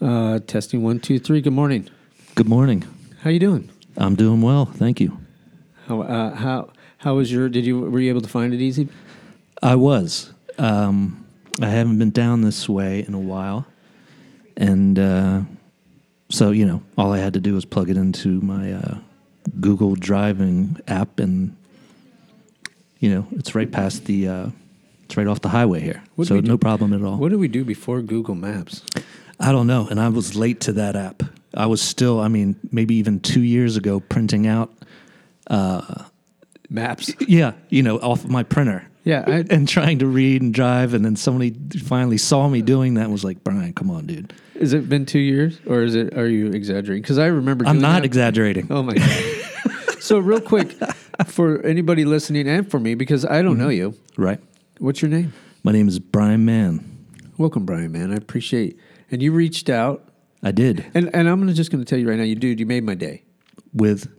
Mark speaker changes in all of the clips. Speaker 1: Uh, testing one, two, three. Good morning.
Speaker 2: Good morning.
Speaker 1: How you doing?
Speaker 2: I'm doing well. Thank you.
Speaker 1: How uh, how how was your? Did you were you able to find it easy?
Speaker 2: I was. Um, I haven't been down this way in a while. And uh, so, you know, all I had to do was plug it into my uh, Google Driving app, and, you know, it's right past the, uh, it's right off the highway here.
Speaker 1: What do
Speaker 2: so,
Speaker 1: we do-
Speaker 2: no problem at all.
Speaker 1: What did we do before Google Maps?
Speaker 2: I don't know. And I was late to that app. I was still, I mean, maybe even two years ago printing out,
Speaker 1: Maps.
Speaker 2: yeah, you know, off my printer.
Speaker 1: Yeah, I,
Speaker 2: and trying to read and drive. And then somebody finally saw me doing that and was like, Brian, come on, dude.
Speaker 1: has it been two years, or is it? Are you exaggerating? Because I remember.
Speaker 2: I'm
Speaker 1: doing
Speaker 2: not
Speaker 1: that.
Speaker 2: exaggerating.
Speaker 1: Oh my god. so real quick, for anybody listening and for me, because I don't know you.
Speaker 2: Right.
Speaker 1: What's your name?
Speaker 2: My name is Brian Mann.
Speaker 1: Welcome, Brian. Man, I appreciate. And you reached out,
Speaker 2: I did
Speaker 1: and and I'm gonna- just going to tell you right now, you dude, you made my day,
Speaker 2: with,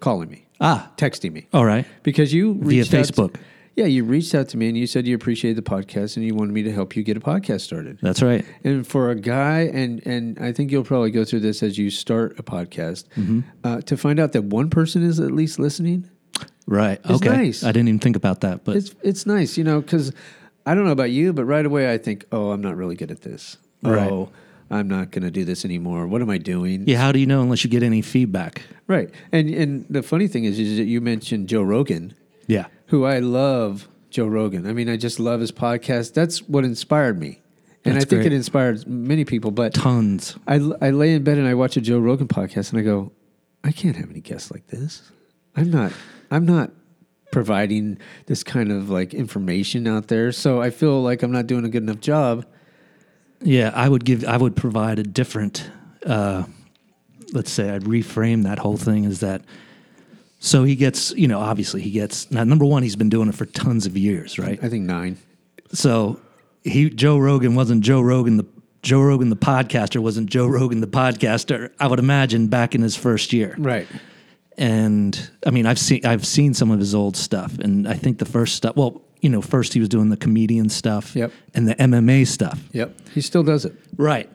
Speaker 1: calling me,
Speaker 2: ah,
Speaker 1: texting me.
Speaker 2: all right.
Speaker 1: because you
Speaker 2: Via
Speaker 1: reached out to-
Speaker 2: Facebook.
Speaker 1: yeah, you reached out to me and you said you appreciated the podcast and you wanted me to help you get a podcast started.
Speaker 2: That's right.
Speaker 1: And for a guy, and and I think you'll probably go through this as you start a podcast,
Speaker 2: Mm-hmm.
Speaker 1: uh, to find out that one person is at least listening,
Speaker 2: Right. okay.
Speaker 1: nice.
Speaker 2: I didn't even think about that, but
Speaker 1: it's it's nice, you know, because I don't know about you, but right away I think, oh, I'm not really good at this.
Speaker 2: Right.
Speaker 1: Oh, I'm not going to do this anymore. What am I doing?
Speaker 2: yeah, how do you know unless you get any feedback?
Speaker 1: Right. And and the funny thing is, is that you mentioned Joe Rogan.
Speaker 2: Yeah.
Speaker 1: who I love, Joe Rogan. I mean, I just love his podcast. That's what inspired me. And
Speaker 2: That's
Speaker 1: I think
Speaker 2: great.
Speaker 1: it inspired many people. But
Speaker 2: Tons.
Speaker 1: I, I lay in bed and I watch a Joe Rogan podcast and I go, I can't have any guests like this. I'm not, I'm not providing this kind of like information out there. So I feel like I'm not doing a good enough job.
Speaker 2: Yeah. I would give, I would provide a different, uh, let's say I'd reframe that whole thing is that, so he gets, you know, obviously he gets, now, number one, he's been doing it for tons of years, right?
Speaker 1: I think nine.
Speaker 2: So he Joe Rogan wasn't Joe Rogan the Joe Rogan the podcaster wasn't Joe Rogan the podcaster. I would imagine back in his first year.
Speaker 1: Right.
Speaker 2: And I mean, I've seen I've seen some of his old stuff, and I think the first stuff. Well, you know, first he was doing the comedian stuff
Speaker 1: Yep.
Speaker 2: and the MMA stuff,
Speaker 1: Yep. He still does it.
Speaker 2: right?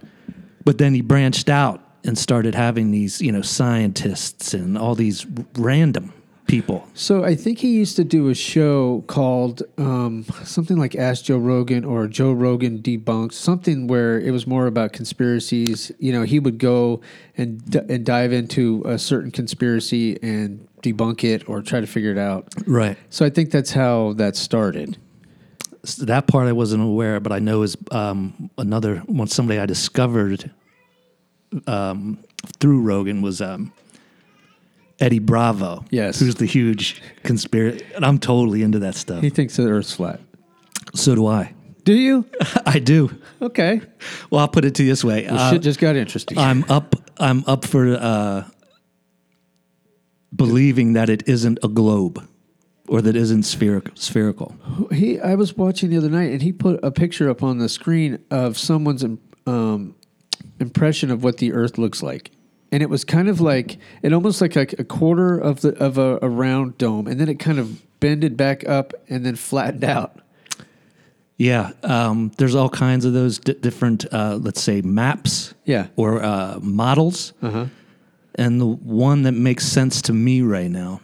Speaker 2: But then he branched out and started having these, you know, scientists and all these r- random people.
Speaker 1: So I think he used to do a show called um, something like Ask Joe Rogan or Joe Rogan Debunks, something where it was more about conspiracies. You know, he would go and d- and dive into a certain conspiracy and debunk it or try to figure it out.
Speaker 2: Right.
Speaker 1: So I think that's how that started.
Speaker 2: S- that part I wasn't aware, of, but I know is um, another one. Somebody I discovered um, through Rogan was um, Eddie Bravo.
Speaker 1: Yes.
Speaker 2: who's the huge conspiracy, and I'm totally into that stuff.
Speaker 1: He thinks the Earth's flat.
Speaker 2: So do I.
Speaker 1: Do you?
Speaker 2: I do.
Speaker 1: Okay.
Speaker 2: Well, I'll put it to you this way.
Speaker 1: Well,
Speaker 2: Uh,
Speaker 1: shit just got interesting.
Speaker 2: I'm up. I'm up for uh, believing that it isn't a globe, or that isn't spheric- spherical.
Speaker 1: He, I was watching the other night, and he put a picture up on the screen of someone's um, impression of what the Earth looks like, and it was kind of like it almost like like a quarter of the of a, a round dome, and then it kind of bended back up and then flattened out.
Speaker 2: Yeah, um, there's all kinds of those di different, uh, let's say, maps.
Speaker 1: Yeah.
Speaker 2: or uh, models. And the one that makes sense to me right now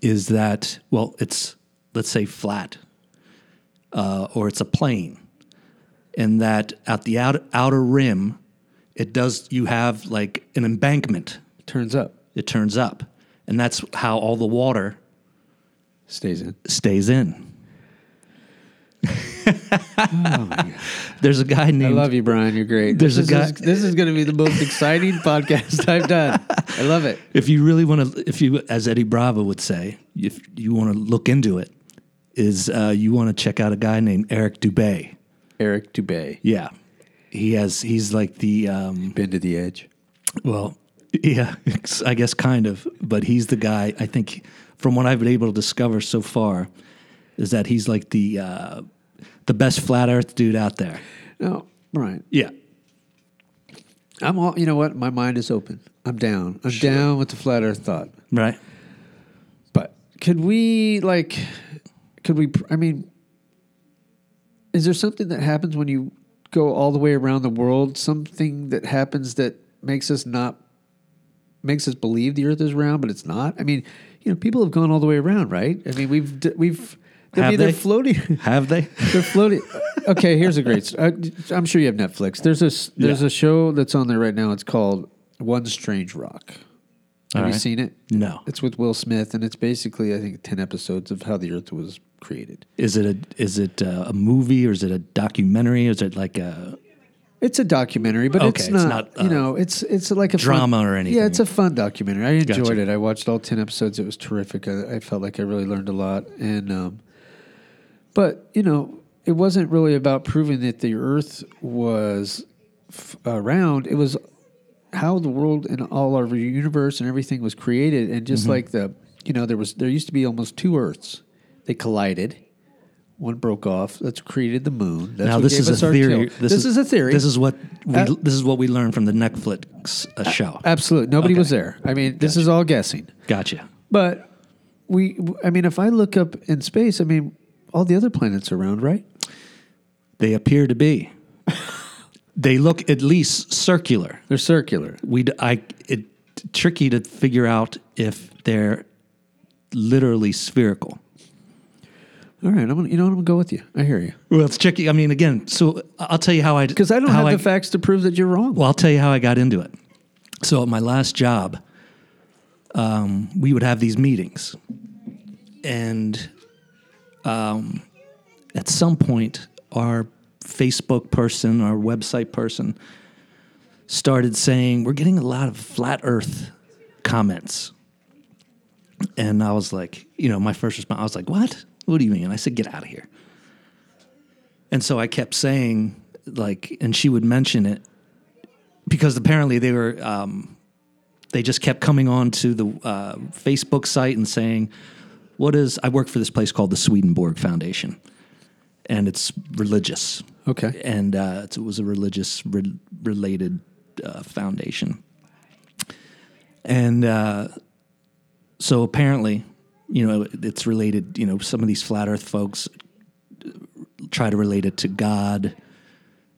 Speaker 2: is that well, it's let's say flat, uh, or it's a plane, and that at the outer, outer rim, it does you have like an embankment.
Speaker 1: Turns up,
Speaker 2: It turns up, and that's how all the water
Speaker 1: stays in.
Speaker 2: stays in. There's a guy
Speaker 1: I
Speaker 2: named
Speaker 1: love you, Brian. You're great.
Speaker 2: There's a
Speaker 1: this
Speaker 2: guy-
Speaker 1: Is, this is going to be the most exciting podcast I've done. I love it.
Speaker 2: if you really want to, if you, as Eddie Bravo would say, if you want to look into it, is uh, you want to check out a guy named Eric Dubay.
Speaker 1: Eric Dubay,
Speaker 2: Yeah, he has. He's like the um,
Speaker 1: bend to the edge.
Speaker 2: well, yeah, I guess kind of, but he's the guy. I think from what I've been able to discover so far, is that he's like the uh, the best flat Earth dude out there.
Speaker 1: No, Brian.
Speaker 2: Yeah,
Speaker 1: I'm all. You know what? My mind is open. I'm down. I'm down with the flat Earth thought.
Speaker 2: right.
Speaker 1: But could we like? Could we? I mean, is there something that happens when you go all the way around the world, something that happens that makes us not makes us believe the Earth is round, but it's not. I mean, you know, people have gone all the way around, right? I mean, we've d- we've they'll
Speaker 2: Have
Speaker 1: be- they're
Speaker 2: they?
Speaker 1: floating.
Speaker 2: Have they?
Speaker 1: They're floating. Okay, here's a great. Uh, I'm sure you have Netflix. There's a s- there's
Speaker 2: Yeah.
Speaker 1: a show that's on there right now. It's called One Strange Rock. Have
Speaker 2: All
Speaker 1: you
Speaker 2: right.
Speaker 1: seen it?
Speaker 2: No.
Speaker 1: It's with Will Smith, and it's basically I think ten episodes of how the Earth was created.
Speaker 2: Is it a is it uh, a movie or is it a documentary? Is it like a
Speaker 1: It's a documentary, but
Speaker 2: Okay,
Speaker 1: it's
Speaker 2: it's
Speaker 1: not.
Speaker 2: not,
Speaker 1: you
Speaker 2: uh,
Speaker 1: know, it's it's like a fun-
Speaker 2: drama or anything.
Speaker 1: Yeah, it's a fun documentary. I enjoyed
Speaker 2: Gotcha.
Speaker 1: it. I watched all ten episodes. It was terrific. I, I felt like I really learned a lot, and um, but you know, it wasn't really about proving that the Earth was f- uh, round. It was how the world and all our universe and everything was created, and just
Speaker 2: Mm-hmm.
Speaker 1: like the you know, there was there used to be almost two Earths. They collided. One broke off. That's created the moon. That's
Speaker 2: now
Speaker 1: what
Speaker 2: this
Speaker 1: gave
Speaker 2: is
Speaker 1: us
Speaker 2: a
Speaker 1: our
Speaker 2: theory.
Speaker 1: tilt. This, is, a theory.
Speaker 2: This is what we,
Speaker 1: Uh,
Speaker 2: this is what we learned from the Netflix uh, show.
Speaker 1: Absolutely. Nobody
Speaker 2: Okay.
Speaker 1: was there. I mean, this is all guessing.
Speaker 2: gotcha.
Speaker 1: But we, I mean, if I look up in space, I mean, all the other planets around, right?
Speaker 2: They appear to be. they look at least circular.
Speaker 1: They're circular.
Speaker 2: We d- I it tricky to figure out if they're literally spherical.
Speaker 1: All right. I'm gonna, you know what? I'm going to go with you. I hear you.
Speaker 2: Well, it's tricky. I mean, again, so I'll tell you how I
Speaker 1: Because I don't have the facts to prove that you're wrong.
Speaker 2: Well, I'll tell you how I got into it. So at my last job, um, we would have these meetings, and um, at some point, our Facebook person, our website person, started saying, "We're getting a lot of flat Earth comments," and I was like, you know, my first response, I was like, "What? What do you mean?" I said, "Get out of here." And so I kept saying, like, and she would mention it because apparently they were, um, they just kept coming on to the uh, Facebook site and saying, what is, I work for this place called the Swedenborg Foundation, and it's religious.
Speaker 1: okay.
Speaker 2: And uh, it's- it was a religious re- related uh, foundation. And uh, so apparently, you know, it's related, you know, some of these flat earth folks try to relate it to God.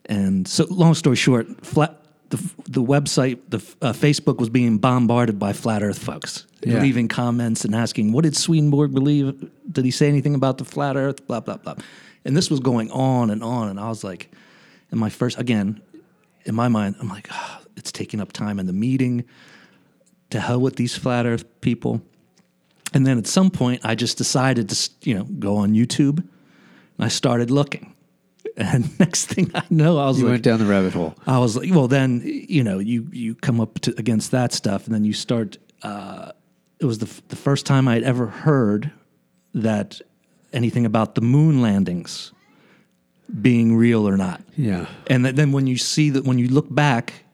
Speaker 2: And so, long story short, flat, the, the website, the uh, Facebook was being bombarded by flat earth folks,
Speaker 1: Yeah.
Speaker 2: leaving comments and asking, what did Swedenborg believe? Did he say anything about the flat earth? Blah, blah, blah. And this was going on and on. And I was like, and my first, again, in my mind, I'm like, "Ah, it's taking up time in the meeting. To hell with these flat earth people. And then at some point, I just decided to, you know, go on YouTube and I started looking. And next thing I know, I was
Speaker 1: You
Speaker 2: like,
Speaker 1: went down the rabbit hole.
Speaker 2: I was like, well, then you know, you you come up to, against that stuff, and then you start. Uh, it was the f- the first time I'd ever heard that anything about the moon landings being real or not.
Speaker 1: Yeah.
Speaker 2: And th- then when you see that, when you look back,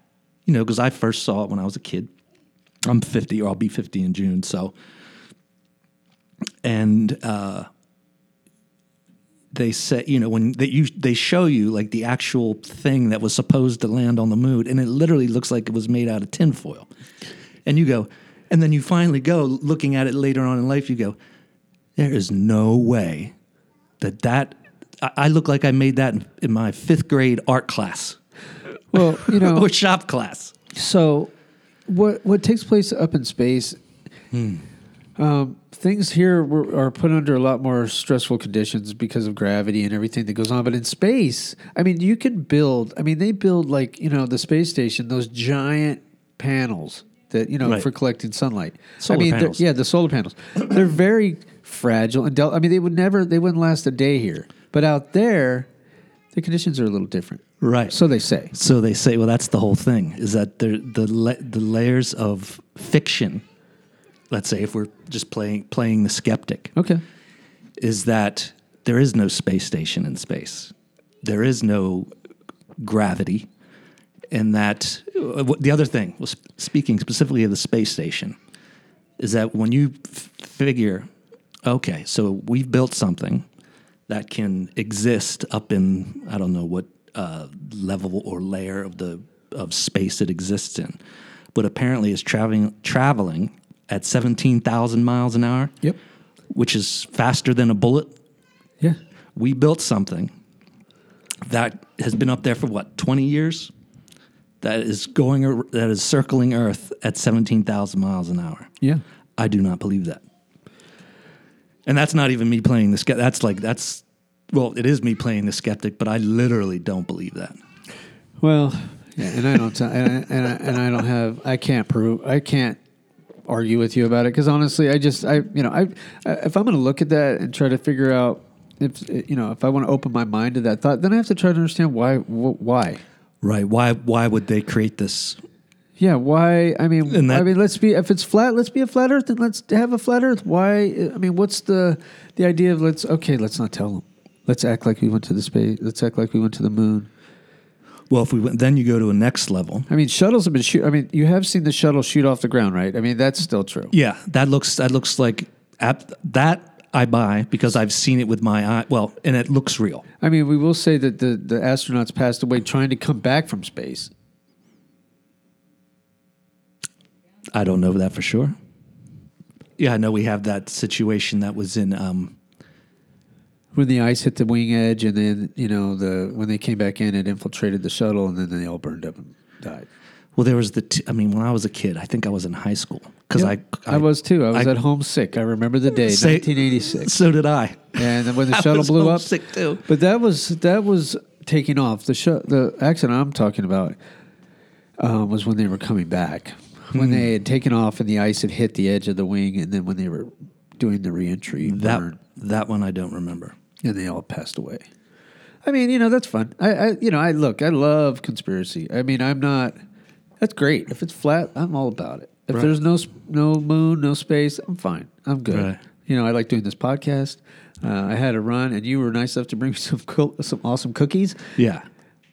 Speaker 2: you know, because I first saw it when I was a kid. I'm 50, or I'll be 50 in June. So, and uh, they say, you know, when they you they show you like the actual thing that was supposed to land on the moon, and it literally looks like it was made out of tinfoil. And you go, and then you finally go looking at it later on in life. You go, there is no way that that I, I look like I made that in, in my fifth grade art class
Speaker 1: Well, you know,
Speaker 2: or shop class.
Speaker 1: so what what takes place up in space?
Speaker 2: Hmm.
Speaker 1: Um, things here were, are put under a lot more stressful conditions because of gravity and everything that goes on. But in space, I mean, you can build. I mean, they build like you know the space station, those giant panels that you know
Speaker 2: Right.
Speaker 1: for collecting sunlight.
Speaker 2: Solar
Speaker 1: I mean, they're-
Speaker 2: panels.
Speaker 1: yeah, the solar panels. They're very fragile and del- I mean, they would never, they wouldn't last a day here. But out there, the conditions are a little different.
Speaker 2: Right.
Speaker 1: So they say.
Speaker 2: So they say, well, that's the whole thing is that there- the la- the layers of fiction. Let's say if we're just playing playing the skeptic,
Speaker 1: Okay.
Speaker 2: is that there is no space station in space, there is no gravity, and that uh, wh- the other thing was speaking specifically of the space station, is that when you f- figure, okay, so we've built something that can exist up in I don't know what uh, level or layer of the of space it exists in, but apparently it's traveling traveling at seventeen thousand miles an hour.
Speaker 1: Yep.
Speaker 2: which is faster than a bullet.
Speaker 1: Yeah.
Speaker 2: We built something that has been up there for what 20 years that is going ar- that is circling earth at 17,000 miles an hour
Speaker 1: Yeah.
Speaker 2: i do not believe that and that's not even me playing the skeptic that's like that's well it is me playing the skeptic but i literally don't believe that
Speaker 1: Well, yeah, and I don't, t- and, I, and, I, and I don't have, I can't prove, I can't argue with you about it because honestly, I just, I, you know, I, I if I'm going to look at that and try to figure out if, you know, if I want to open my mind to that thought, then I have to try to understand why, wh- why.
Speaker 2: right why why would they create this
Speaker 1: Yeah, why? I mean,
Speaker 2: And that-
Speaker 1: I mean, let's be if it's flat, let's be a flat Earth, and let's have a flat Earth. Why? I mean, what's the the idea of let's okay, let's not tell them. Let's act like we went to the space. Let's act like we went to the moon.
Speaker 2: well if we went, then you go to a next level
Speaker 1: I mean, shuttles have been shoot. I mean, you have seen the shuttle shoot off the ground, right? I mean, that's still true.
Speaker 2: Yeah, that looks that looks like app, that I buy because I've seen it with my eye. Well, and it looks real.
Speaker 1: I mean, we will say that the the astronauts passed away trying to come back from space.
Speaker 2: I don't know that for sure. Yeah, I know we have that situation that was in. Um,
Speaker 1: When the ice hit the wing edge, and then you know the when they came back in, it infiltrated the shuttle, and then they all burned up and died.
Speaker 2: well, there was the. T- I mean, when I was a kid, I think I was in high school because
Speaker 1: Yeah.
Speaker 2: I,
Speaker 1: I, was too. I was
Speaker 2: I-
Speaker 1: at home sick. I remember the day,
Speaker 2: Say-
Speaker 1: 1986.
Speaker 2: So did I.
Speaker 1: And then when the
Speaker 2: I
Speaker 1: shuttle
Speaker 2: was
Speaker 1: blew up,
Speaker 2: homesick, too.
Speaker 1: But that was that was taking off. The sh- the accident I'm talking about um, was when they were coming back,
Speaker 2: Hmm.
Speaker 1: when they had taken off and the ice had hit the edge of the wing, and then when they were doing the reentry
Speaker 2: That
Speaker 1: burn,
Speaker 2: that one I don't remember.
Speaker 1: and they all passed away. I mean, you know, that's fun. I, I you know, I look, I love conspiracy. I mean, I'm not. That's great. If it's flat, I'm all about it. If
Speaker 2: Right.
Speaker 1: there's no sp- no moon, no space, I'm fine. I'm good.
Speaker 2: Right.
Speaker 1: You know, I like doing this podcast. Uh, I had a run, and you were nice enough to bring me some cool, some awesome cookies.
Speaker 2: Yeah.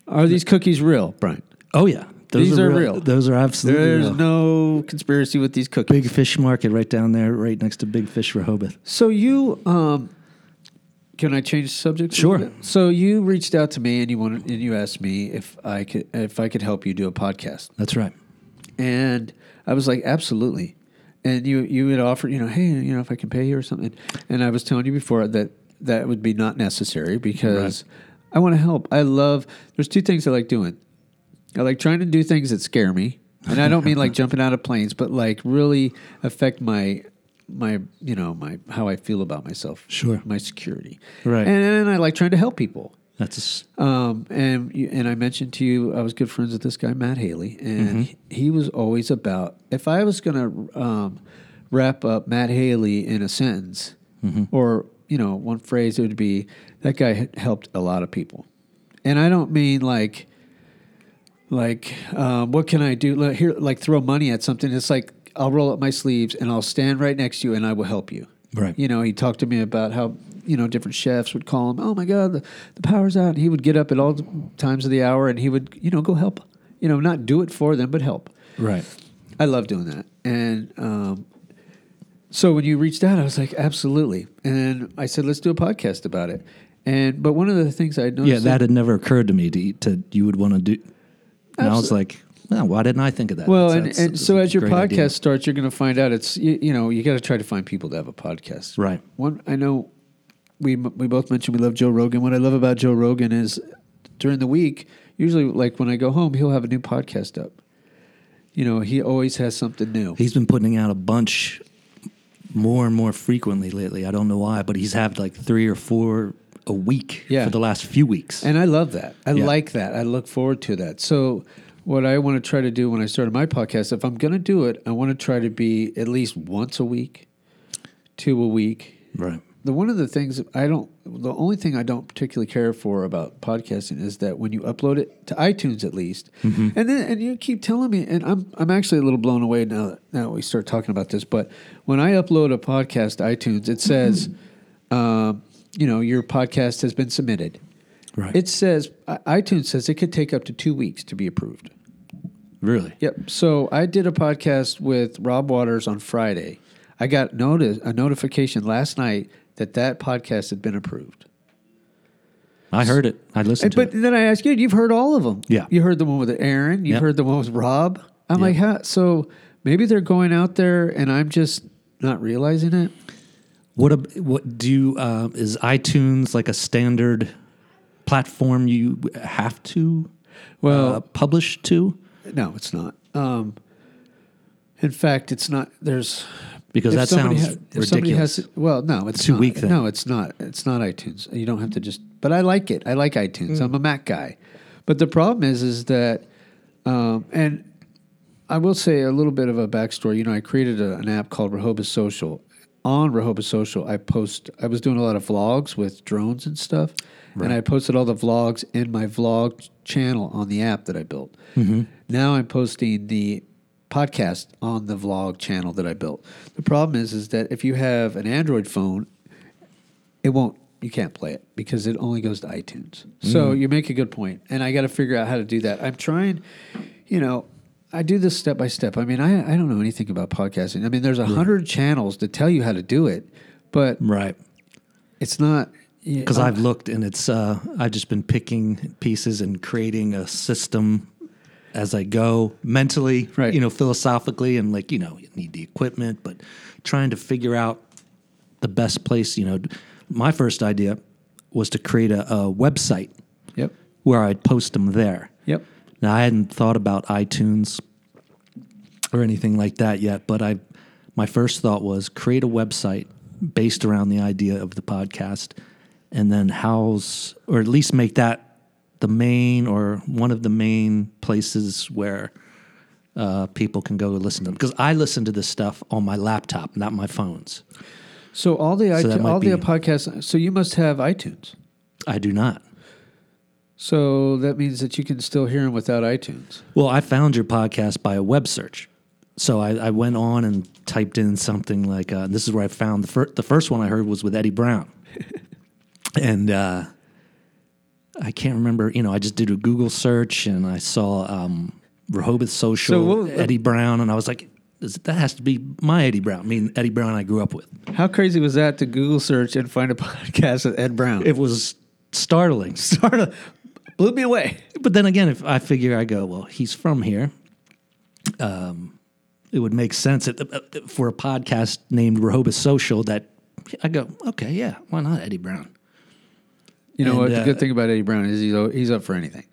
Speaker 1: Are these cookies real, Brian?
Speaker 2: Oh yeah.
Speaker 1: These are real.
Speaker 2: Those are absolutely
Speaker 1: There's
Speaker 2: real.
Speaker 1: no conspiracy with these cookies.
Speaker 2: Big Fish Market right down there, right next to Big Fish Rehoboth.
Speaker 1: So you, um, can I change subjects? a
Speaker 2: Sure.
Speaker 1: little bit? So you reached out to me and you wanted and you asked me if I could if I could help you do a podcast,
Speaker 2: That's right.
Speaker 1: and I was like, absolutely. And you you had offered, you know, hey, you know, if I can pay you or something, and I was telling you before that that would be not necessary because I want to help. I love. There's two things I like doing. I like trying to do things that scare me, and I don't mean like jumping out of planes, but like really affect my my you know my how I feel about myself,
Speaker 2: Sure.
Speaker 1: my security,
Speaker 2: Right.
Speaker 1: And, and I like trying to help people.
Speaker 2: That's a s-
Speaker 1: Um, and you- and I mentioned to you I was good friends with this guy Matt Haley, and he was always about if I was going to um, wrap up Matt Haley in a sentence or you know one phrase, it would be that guy had helped a lot of people, and I don't mean like like um, what can I do Like, here like throw money at something. It's like I'll roll up my sleeves and I'll stand right next to you and I will help you.
Speaker 2: Right.
Speaker 1: You know, he talked to me about how you know different chefs would call him. Oh my God, the, the power's out. And he would get up at all times of the hour and he would you know go help. You know, not do it for them, but help.
Speaker 2: right.
Speaker 1: I love doing that. And um, so when you reached out, I was like, absolutely. And I said, let's do a podcast about it. And but one of the things I noticed,
Speaker 2: Yeah, that had never occurred to me to, to you would want to do. And I was like, well, why didn't I think of that?
Speaker 1: Well,
Speaker 2: That's-
Speaker 1: and,
Speaker 2: that's-
Speaker 1: and
Speaker 2: that's
Speaker 1: so
Speaker 2: a
Speaker 1: as your
Speaker 2: great
Speaker 1: podcast
Speaker 2: idea.
Speaker 1: starts, you're going to find out it's you, you know you got to try to find people to have a podcast.
Speaker 2: Right.
Speaker 1: One I know we we both mentioned we love Joe Rogan. What I love about Joe Rogan is during the week, usually like when I go home, he'll have a new podcast up. You know, he always has something new.
Speaker 2: he's been putting out a bunch more and more frequently lately. I don't know why, but he's had like three or four a week
Speaker 1: Yeah.
Speaker 2: for the last few weeks.
Speaker 1: And I love that. I
Speaker 2: Yeah.
Speaker 1: like that. I look forward to that. So, what I want to try to do when I started my podcast, if I'm going to do it, I want to try to be at least once a week, two a week.
Speaker 2: right.
Speaker 1: The one of the things I don't, the only thing I don't particularly care for about podcasting is that when you upload it to iTunes, at least, and then and you keep telling me, and I'm I'm actually a little blown away now that, now that we start talking about this. But when I upload a podcast to iTunes, it says, um, you know, your podcast has been submitted.
Speaker 2: Right.
Speaker 1: It says i- iTunes says it could take up to two weeks to be approved.
Speaker 2: really.
Speaker 1: Yep. So I did a podcast with Rob Waters on Friday. I got notice a notification last night that that podcast had been approved.
Speaker 2: I heard it. I listened
Speaker 1: And,
Speaker 2: to
Speaker 1: but
Speaker 2: it.
Speaker 1: then I asked you, you've heard all of them.
Speaker 2: Yeah.
Speaker 1: You heard the one with Aaron. You've
Speaker 2: Yep.
Speaker 1: heard the one with Rob. I'm like, huh? so maybe they're going out there and I'm just not realizing it.
Speaker 2: What ab- what do you, uh, is iTunes like a standard platform you have to
Speaker 1: Well-
Speaker 2: uh, publish to?
Speaker 1: No, it's not. Um, in fact, it's not. There's
Speaker 2: Because
Speaker 1: if
Speaker 2: that
Speaker 1: somebody
Speaker 2: sounds
Speaker 1: if somebody
Speaker 2: ridiculous.
Speaker 1: has- well, no, it's
Speaker 2: Too
Speaker 1: not.
Speaker 2: weak then.
Speaker 1: No, it's not. It's not iTunes. You don't have to just. But I like it. I like iTunes. I'm a Mac guy. But the problem is, is that, um, and I will say a little bit of a backstory. You know, I created a, an app called Rehoboth Social. On Rehoboth Social, I post. I was doing a lot of vlogs with drones and stuff, and I posted all the vlogs in my vlog channel on the app that I built. Now I'm posting the podcast on the vlog channel that I built. The problem is, is that if you have an Android phone, it won't. You can't play it because it only goes to iTunes. So
Speaker 2: Mm.
Speaker 1: you make a good point, and I got to figure out how to do that. I'm trying, you know, I do this step by step. I mean, I I don't know anything about podcasting. I mean, there's a hundred channels to tell you how to do it, but
Speaker 2: right.
Speaker 1: it's not um,
Speaker 2: Because I've looked and it's, uh, I've just been picking pieces and creating a system as I go mentally,
Speaker 1: Right.
Speaker 2: you know, philosophically, and like, you know, you need the equipment, but trying to figure out the best place, you know. My first idea was to create a, a website
Speaker 1: Yep.
Speaker 2: where I'd post them there.
Speaker 1: Yep.
Speaker 2: Now I hadn't thought about iTunes or anything like that yet, but I my first thought was create a website based around the idea of the podcast and then house or at least make that the main or one of the main places where uh, people can go listen to them because I listen to this stuff on my laptop, not my phones.
Speaker 1: So all the
Speaker 2: that
Speaker 1: iTunes,
Speaker 2: might
Speaker 1: all the
Speaker 2: be-
Speaker 1: podcasts. So you must have iTunes.
Speaker 2: I do not.
Speaker 1: So that means that you can still hear them without iTunes.
Speaker 2: Well, I found your podcast by a web search. So I, I went on and typed in something like, uh, this is where I found the, fir- the first one I heard was with Eddie Brown. and uh, I can't remember, you know, I just did a Google search and I saw um, Rehoboth Social,
Speaker 1: So what-
Speaker 2: Eddie Brown, and I was like, "Is- that has to be my Eddie Brown, I mean, Eddie Brown I grew up with.
Speaker 1: How crazy was that to Google search and find a podcast with Ed Brown?
Speaker 2: It was startling.
Speaker 1: sort of blew me away.
Speaker 2: but then again, if I figure I go, well, he's from here. Um, it would make sense at the, for a podcast named Rehoboth Social that I go, okay, yeah, why not Eddie Brown?
Speaker 1: You know
Speaker 2: And,
Speaker 1: what?
Speaker 2: uh,
Speaker 1: the good thing about Eddie Brown is he's o- he's up for anything.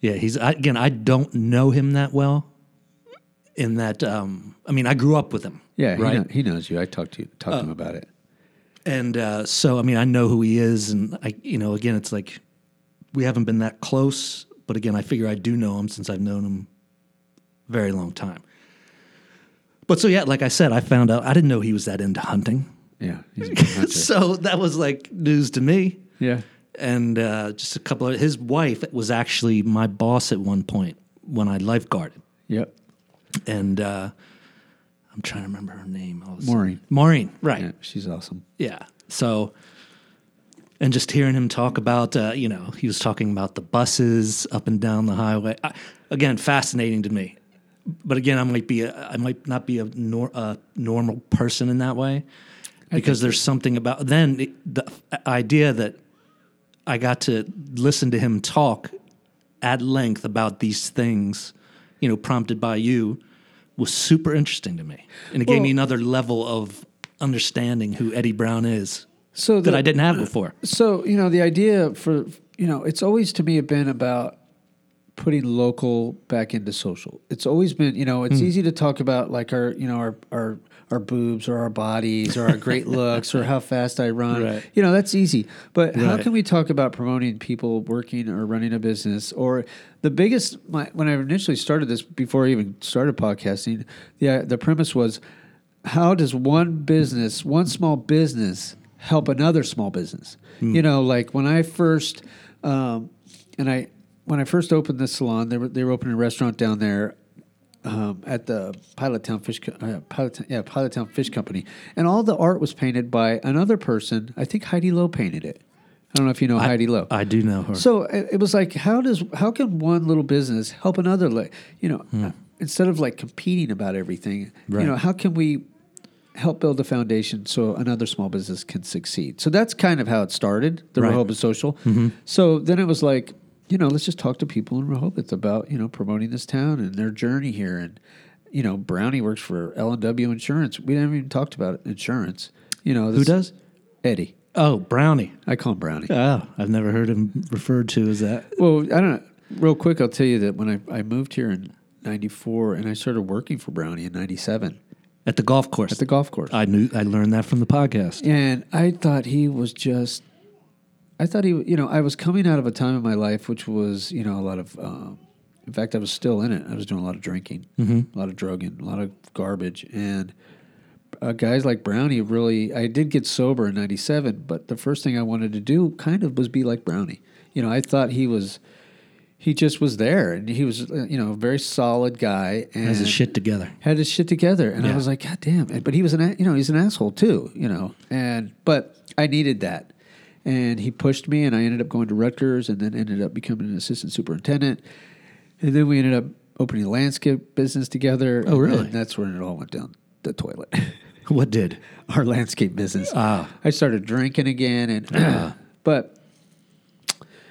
Speaker 2: Yeah, he's I, again. I don't know him that well. In that, um, I mean, I grew up with him.
Speaker 1: Yeah,
Speaker 2: right. Uh.
Speaker 1: he, know, he knows you. I talked to you, talked to him about it.
Speaker 2: and uh, so I mean I know who he is, and I you know again it's like we haven't been that close, but again I figure I do know him since I've known him a very long time. But so yeah, like I said, I found out I didn't know he was that into hunting,
Speaker 1: Yeah, he's a good hunter.
Speaker 2: so that was like news to me.
Speaker 1: yeah.
Speaker 2: And uh, just a couple of his wife was actually my boss at one point when I lifeguarded,
Speaker 1: Yep.
Speaker 2: and uh, I'm trying to remember her name. I was-
Speaker 1: Maureen.
Speaker 2: Maureen, right?
Speaker 1: Yeah, she's awesome.
Speaker 2: Yeah. So, and just hearing him talk about, uh, you know, he was talking about the buses up and down the highway. I, again, fascinating to me. But again, I might be, a, I might not be a, nor, a normal person in that way, because there's something about then it- the idea that I got to listen to him talk at length about these things, you know, prompted by you, was super interesting to me, and it gave me
Speaker 1: Well-
Speaker 2: another level of understanding who Eddie Brown is
Speaker 1: So
Speaker 2: that I didn't have before.
Speaker 1: So you know the idea for you know it's always to me been about putting local back into social. It's always been you know
Speaker 2: Hmm.
Speaker 1: it's easy to talk about like our you know our our our boobs or our bodies or our great looks or how fast I run.
Speaker 2: Right.
Speaker 1: You know that's easy. But how
Speaker 2: Right.
Speaker 1: can we talk about promoting people working or running a business or the biggest my, when I initially started this before I even started podcasting, the uh, the premise was how does one business, one small business, help another small business? You know, like when I first, um, and I when I first opened the salon, they were they were opening a restaurant down there um, at the Pilot Town Fish Co- uh, Pilot Town, yeah Pilot Town Fish Company, and all the art was painted by another person. I think Heidi Lowe painted it. I don't know if you know Heidi Lowe.
Speaker 2: I do know her.
Speaker 1: So uh, it, it was like, how does how can one little business help another? Like, you know, uh, instead of like competing about everything,
Speaker 2: Hmm. Right.
Speaker 1: you know, how can we help build a foundation so another small business can succeed? So that's kind of how it started, the
Speaker 2: Right. Mm-hmm.
Speaker 1: Rehoboth Social. So then it was like, you know, let's just talk to people in Rehoboth about you know promoting this town and their journey here and. You know, Brownie works for L and W Insurance. We haven't even talked about insurance. You know,
Speaker 2: who does?
Speaker 1: Eddie?
Speaker 2: Oh, Brownie.
Speaker 1: I call him Brownie.
Speaker 2: Oh, I've never heard him referred to as that.
Speaker 1: Well, I don't. Real quick, I'll tell you that when I, I moved here in '94 and I started working for Brownie in '97
Speaker 2: At the golf course.
Speaker 1: at the golf course,
Speaker 2: I knew I learned that from the podcast.
Speaker 1: and I thought he was just. I thought he, you know, I was coming out of a time in my life which was, you know, a lot of. Um, in fact, I was still in it. I was doing a lot of drinking, a lot of drugging, a lot of garbage, and uh, guys like Brownie really. I did get sober in '97, but the first thing I wanted to do kind of was be like Brownie. You know, I thought he was. He just was there, and he was, uh, you know, a very solid guy. And
Speaker 2: Has his shit together.
Speaker 1: had his shit together, and I
Speaker 2: Yeah.
Speaker 1: was like, God damn! And, but he was an, a- you know, he's an asshole too, you know. And but I needed that, and he pushed me, and I ended up going to Rutgers, and then ended up becoming an assistant superintendent, and then we ended up opening a landscape business together.
Speaker 2: Oh, really?
Speaker 1: And that's when it all went down the toilet.
Speaker 2: What did?
Speaker 1: Our landscape business.
Speaker 2: Ah.
Speaker 1: I started drinking again, and but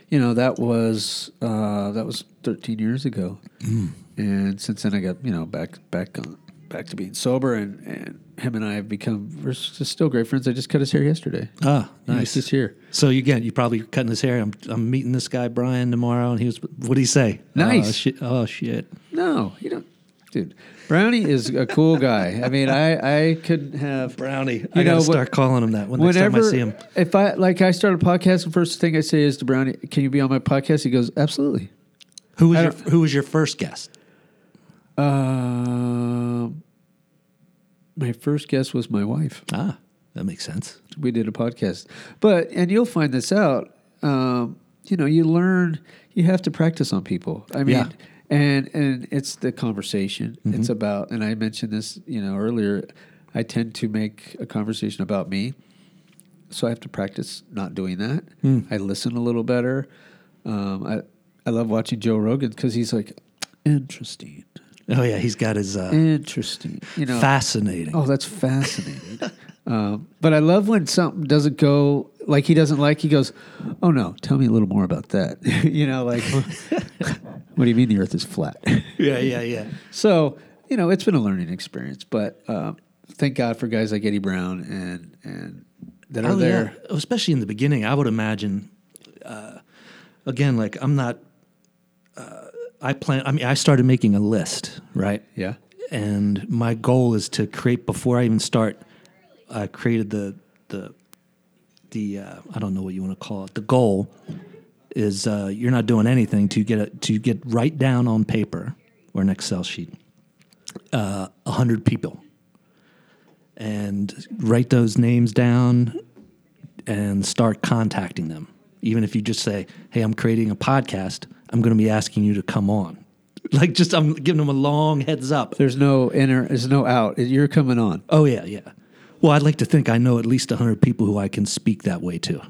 Speaker 1: you know that was uh, that was 13 years ago
Speaker 2: Hmm.
Speaker 1: and since then i got you know back back on back to being sober and and him and i have become we're s- still great friends i just cut his hair yesterday
Speaker 2: Ah,
Speaker 1: He was
Speaker 2: nice.
Speaker 1: just here
Speaker 2: So you- again, you probably cutting his hair. I'm, I'm meeting this guy Brian tomorrow, and he was. What did he say?
Speaker 1: Nice.
Speaker 2: Oh shit! Oh shit!
Speaker 1: no you don't dude brownie is a cool guy i mean i i couldn't have
Speaker 2: Brownie.
Speaker 1: You
Speaker 2: I gotta
Speaker 1: know, wh-
Speaker 2: start calling him that when next time I
Speaker 1: whenever
Speaker 2: see him.
Speaker 1: if i like i start a podcast the first thing i say is to brownie can you be on my podcast he goes absolutely
Speaker 2: Who was
Speaker 1: I
Speaker 2: your
Speaker 1: don't-
Speaker 2: Who was your first guest?
Speaker 1: um my first guess was my wife
Speaker 2: Ah, that makes sense.
Speaker 1: we did a podcast. But and you'll find this out. Um, you know, you learn. You have to practice on people. I mean,
Speaker 2: Yeah.
Speaker 1: and and it's the conversation. It's about. And I mentioned this, you know, earlier. I tend to make a conversation about me, so I have to practice not doing that. I listen a little better. Um, I I love watching Joe Rogan because he's like interesting,
Speaker 2: Oh yeah, he's got his uh,
Speaker 1: interesting. You know,
Speaker 2: fascinating.
Speaker 1: Oh, that's fascinating. um, but I love when something doesn't go like he doesn't like. He goes, "Oh no, tell me a little more about that." you know, like, what do you mean the Earth is flat?
Speaker 2: Yeah, yeah, yeah.
Speaker 1: so you know, it's been a learning experience. But um, thank God for guys like Eddie Brown and and that are
Speaker 2: Oh, yeah.
Speaker 1: there.
Speaker 2: Especially in the beginning, I would imagine. Uh, again, like I'm not. Uh, I plan. I mean, I started making a list, right?
Speaker 1: Yeah.
Speaker 2: and my goal is to create before I even start. I created the the the uh, I don't know what you want to call it. The goal is uh, you're not doing anything to get a, to get right down on paper or an Excel sheet uh, a hundred people and write those names down and start contacting them. Even if you just say, "Hey, I'm creating a podcast. I'm going to be asking you to come on." Like just I'm giving them a long heads up.
Speaker 1: There's no inner. There's no out. You're coming on.
Speaker 2: Oh yeah, yeah. Well, I'd like to think I know at least hundred people who I can speak that way to.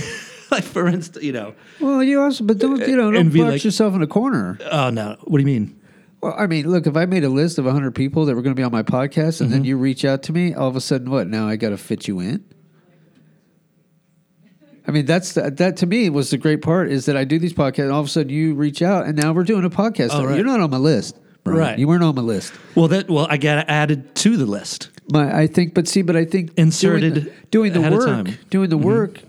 Speaker 2: like for instance, you know.
Speaker 1: Well, you also, but don't you know?
Speaker 2: And
Speaker 1: Don't
Speaker 2: be
Speaker 1: box
Speaker 2: like-
Speaker 1: yourself in a corner.
Speaker 2: Oh no, what do you mean?
Speaker 1: Well, I mean, look, if I made a list of 100 people that were going to be on my podcast and
Speaker 2: Mm-hmm.
Speaker 1: then you reach out to me, all of a sudden, what? Now I got to fit you in? I mean, that's the, that to me was the great part is that I do these podcasts and all of a sudden you reach out and now we're doing a podcast.
Speaker 2: Oh, right.
Speaker 1: You're not on my list. Brian.
Speaker 2: Right.
Speaker 1: You weren't on my list.
Speaker 2: Well, that well, I got added to the list.
Speaker 1: My, I think, but see, but I think doing
Speaker 2: Inserted
Speaker 1: the- doing the,
Speaker 2: ahead of
Speaker 1: work,
Speaker 2: time. Mm-hmm.
Speaker 1: doing the work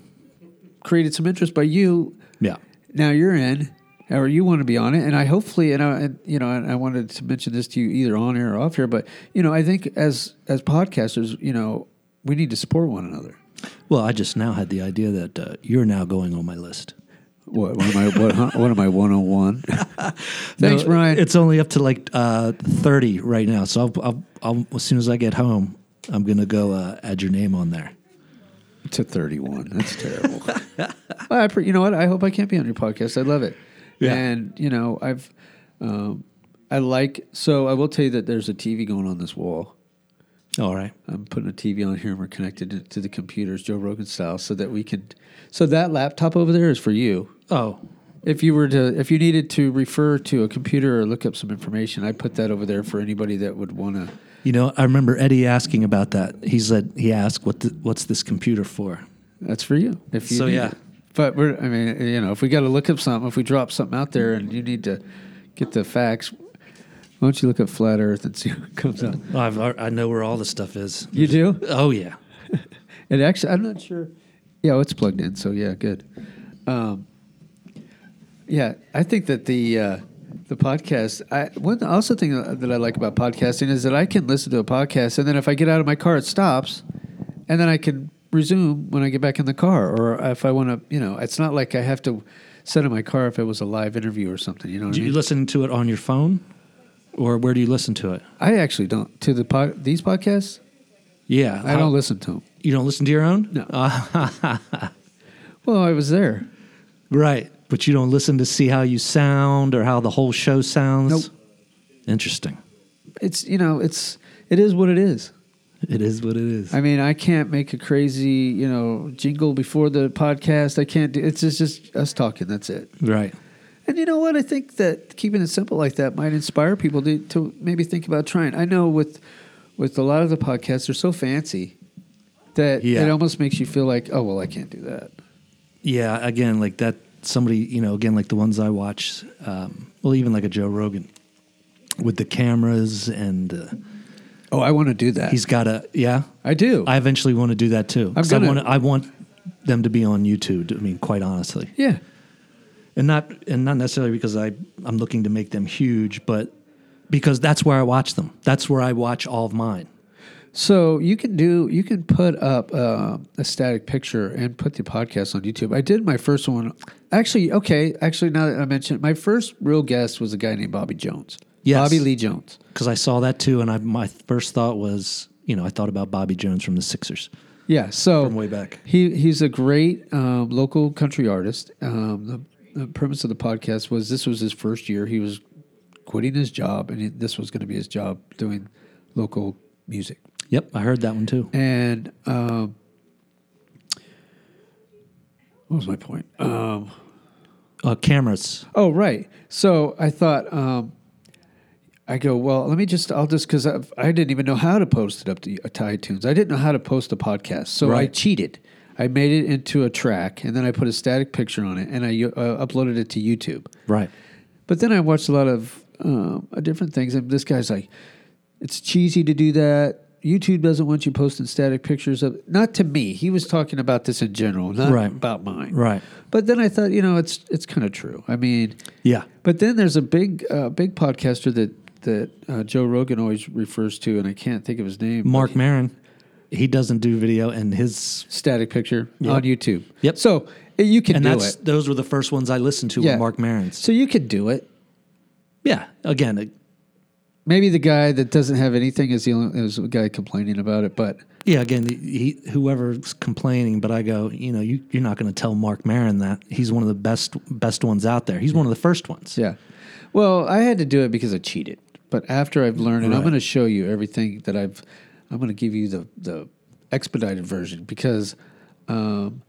Speaker 1: created some interest by you
Speaker 2: Yeah.
Speaker 1: now you're in or you want to be on it and i hopefully and i and, you know and i wanted to mention this to you either on air or off here but you know i think as as podcasters you know we need to support one another
Speaker 2: Well, I just now had the idea that uh, you're now going on my list.
Speaker 1: what, what am i what, huh, what am i 101 thanks
Speaker 2: No,
Speaker 1: brian
Speaker 2: It's only up to like uh, thirty right now, so I'll, I'll, I'll, as soon as I get home, I'm gonna go uh, add your name on there.
Speaker 1: to 31 that's terrible I, pre- you know what i hope i can't be on your podcast i love it
Speaker 2: Yeah.
Speaker 1: and you know i've um, i like so i will tell you that there's a tv going on this wall
Speaker 2: All right.
Speaker 1: I'm putting a TV on here and we're connected to, to the computers, Joe Rogan style, so that we can. So that laptop over there is for you.
Speaker 2: Oh,
Speaker 1: If you were to, if you needed to refer to a computer or look up some information, I put that over there for anybody that would want to.
Speaker 2: you know, I remember Eddie asking about that. He said he asked, "What the, what's this computer for?"
Speaker 1: That's for you. If you
Speaker 2: So,
Speaker 1: need
Speaker 2: yeah.
Speaker 1: it. But we're, I mean, you know, if we got to look up something, if we drop something out there and you need to get the facts, why don't you look up flat Earth and see what comes up?
Speaker 2: Well, I've, I know where all the stuff is.
Speaker 1: You do?
Speaker 2: Oh yeah.
Speaker 1: It actually, I'm not sure Yeah, well, it's plugged in, so yeah, good. Um, yeah, I think that the uh, the podcast. I one also thing that I like about podcasting is that I can listen to a podcast, and then if I get out of my car, it stops, and then I can resume when I get back in the car, or if I want to. You know, it's not like I have to sit in my car if it was a live interview or something. You know, what
Speaker 2: Do
Speaker 1: I
Speaker 2: you
Speaker 1: mean?
Speaker 2: listen to it on your phone, or where do you listen to it?
Speaker 1: I actually don't to the pod, these podcasts.
Speaker 2: Yeah,
Speaker 1: I don't listen to them.
Speaker 2: You don't listen to your own?
Speaker 1: No.
Speaker 2: Uh,
Speaker 1: Well, I was there.
Speaker 2: right, but you don't listen to see how you sound or how the whole show sounds.
Speaker 1: Nope.
Speaker 2: Interesting.
Speaker 1: It's you know, it's it is what it is.
Speaker 2: It is what it is.
Speaker 1: I mean, I can't make a crazy, you know, jingle before the podcast. I can't do it's just, just us talking. That's it.
Speaker 2: right.
Speaker 1: And you know what? I think that keeping it simple like that might inspire people to, to maybe think about trying. I know with with a lot of the podcasts, they're so fancy that
Speaker 2: Yeah.
Speaker 1: it almost makes you feel like, oh well, I can't do that.
Speaker 2: Yeah, again, like that, somebody, you know, again, like the ones I watch, um, well, even like a Joe Rogan with the cameras and uh,
Speaker 1: Oh, I want to do that.
Speaker 2: he's got a, yeah,
Speaker 1: I do.
Speaker 2: I eventually want to do that too. 'Cause
Speaker 1: gonna-
Speaker 2: I, want I want them to be on YouTube, I mean, quite honestly.
Speaker 1: yeah.
Speaker 2: and not and not necessarily because I I'm looking to make them huge, but because that's where I watch them. That's where I watch all of mine.
Speaker 1: So you can do you can put up um a static picture and put the podcast on YouTube. I did my first one actually. Okay, actually, now that I mentioned, it, my first real guest was a guy named Bobby Jones.
Speaker 2: Yes.
Speaker 1: Bobby Lee Jones.
Speaker 2: Because I saw that too, and I my first thought was, you know, I thought about Bobby Jones from the Sixers.
Speaker 1: Yeah. So
Speaker 2: From way back.
Speaker 1: he he's a great um, local country artist. Um, the, the premise of the podcast was this was his first year. He was quitting his job, and it, this was going to be his job doing local music.
Speaker 2: Yep, I heard that one too.
Speaker 1: And um, what was my point? Um,
Speaker 2: Uh, cameras.
Speaker 1: oh, right. So I thought, um, I go, well, let me just, I'll just, because I didn't even know how to post it up to, uh, to iTunes. I didn't know how to post a podcast. So I
Speaker 2: Right.
Speaker 1: cheated. I made it into a track and then I put a static picture on it and I uh, uploaded it to YouTube.
Speaker 2: Right.
Speaker 1: But then I watched a lot of um, different things, and this guy's like, "It's cheesy to do that. YouTube doesn't want you posting static pictures of." Not to me. He was talking about this in general, not
Speaker 2: Right.
Speaker 1: about mine.
Speaker 2: Right.
Speaker 1: But then I thought, you know, it's it's kind of true. I mean,
Speaker 2: Yeah.
Speaker 1: but then there's a big uh, big podcaster that that uh, Joe Rogan always refers to, and I can't think of his name. but
Speaker 2: Mark Maron, he doesn't do video, and his
Speaker 1: static picture on YouTube.
Speaker 2: Yep.
Speaker 1: So eh, you can
Speaker 2: and
Speaker 1: do
Speaker 2: that's
Speaker 1: it.
Speaker 2: those were the first ones I listened to.
Speaker 1: Yeah.
Speaker 2: were Mark Maron's.
Speaker 1: So you could do it.
Speaker 2: Yeah. Again, uh,
Speaker 1: Maybe the guy that doesn't have anything is the only, is the guy complaining about it, but.
Speaker 2: Yeah, again, he, whoever's complaining, but I go, you know, you, you're not going to tell Mark Marin that he's one of the best best ones out there. He's one of the first ones.
Speaker 1: Yeah. Well, I had to do it because I cheated. But after I've learned, and I'm
Speaker 2: Right.
Speaker 1: going to show you everything that I've, I'm going to give you the the expedited version because um,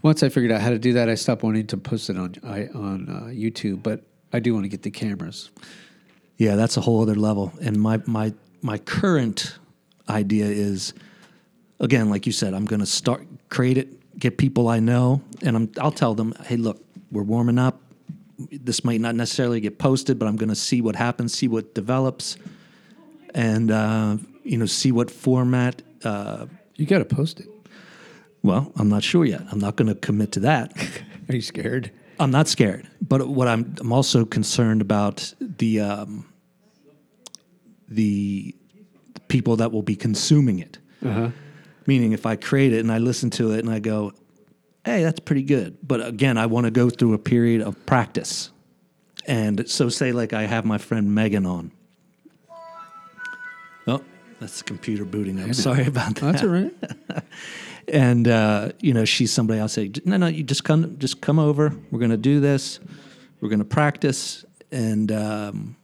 Speaker 1: once I figured out how to do that, I stopped wanting to post it on I, on uh, YouTube. But I do want to get the cameras.
Speaker 2: Yeah, that's a whole other level. And my my my current idea is, again, like you said, I'm going to start create it, get people I know, and I'm I'll tell them, hey, look, we're warming up. This might not necessarily get posted, but I'm going to see what happens, see what develops, and uh, you know, see what format. Uh,
Speaker 1: You got to post it.
Speaker 2: Well, I'm not sure yet. I'm not going to commit to that.
Speaker 1: Are you scared?
Speaker 2: I'm not scared, but what I'm I'm also concerned about the um, the people that will be consuming it. Meaning, if I create it and I listen to it and I go, "Hey, that's pretty good," but again, I want to go through a period of practice. And so, say like I have my friend Megan on. Oh, that's the computer booting up. Sorry about that
Speaker 1: That's all right.
Speaker 2: and uh, you know she's somebody I'll say no no you just come just come over we're gonna do this we're gonna practice and um,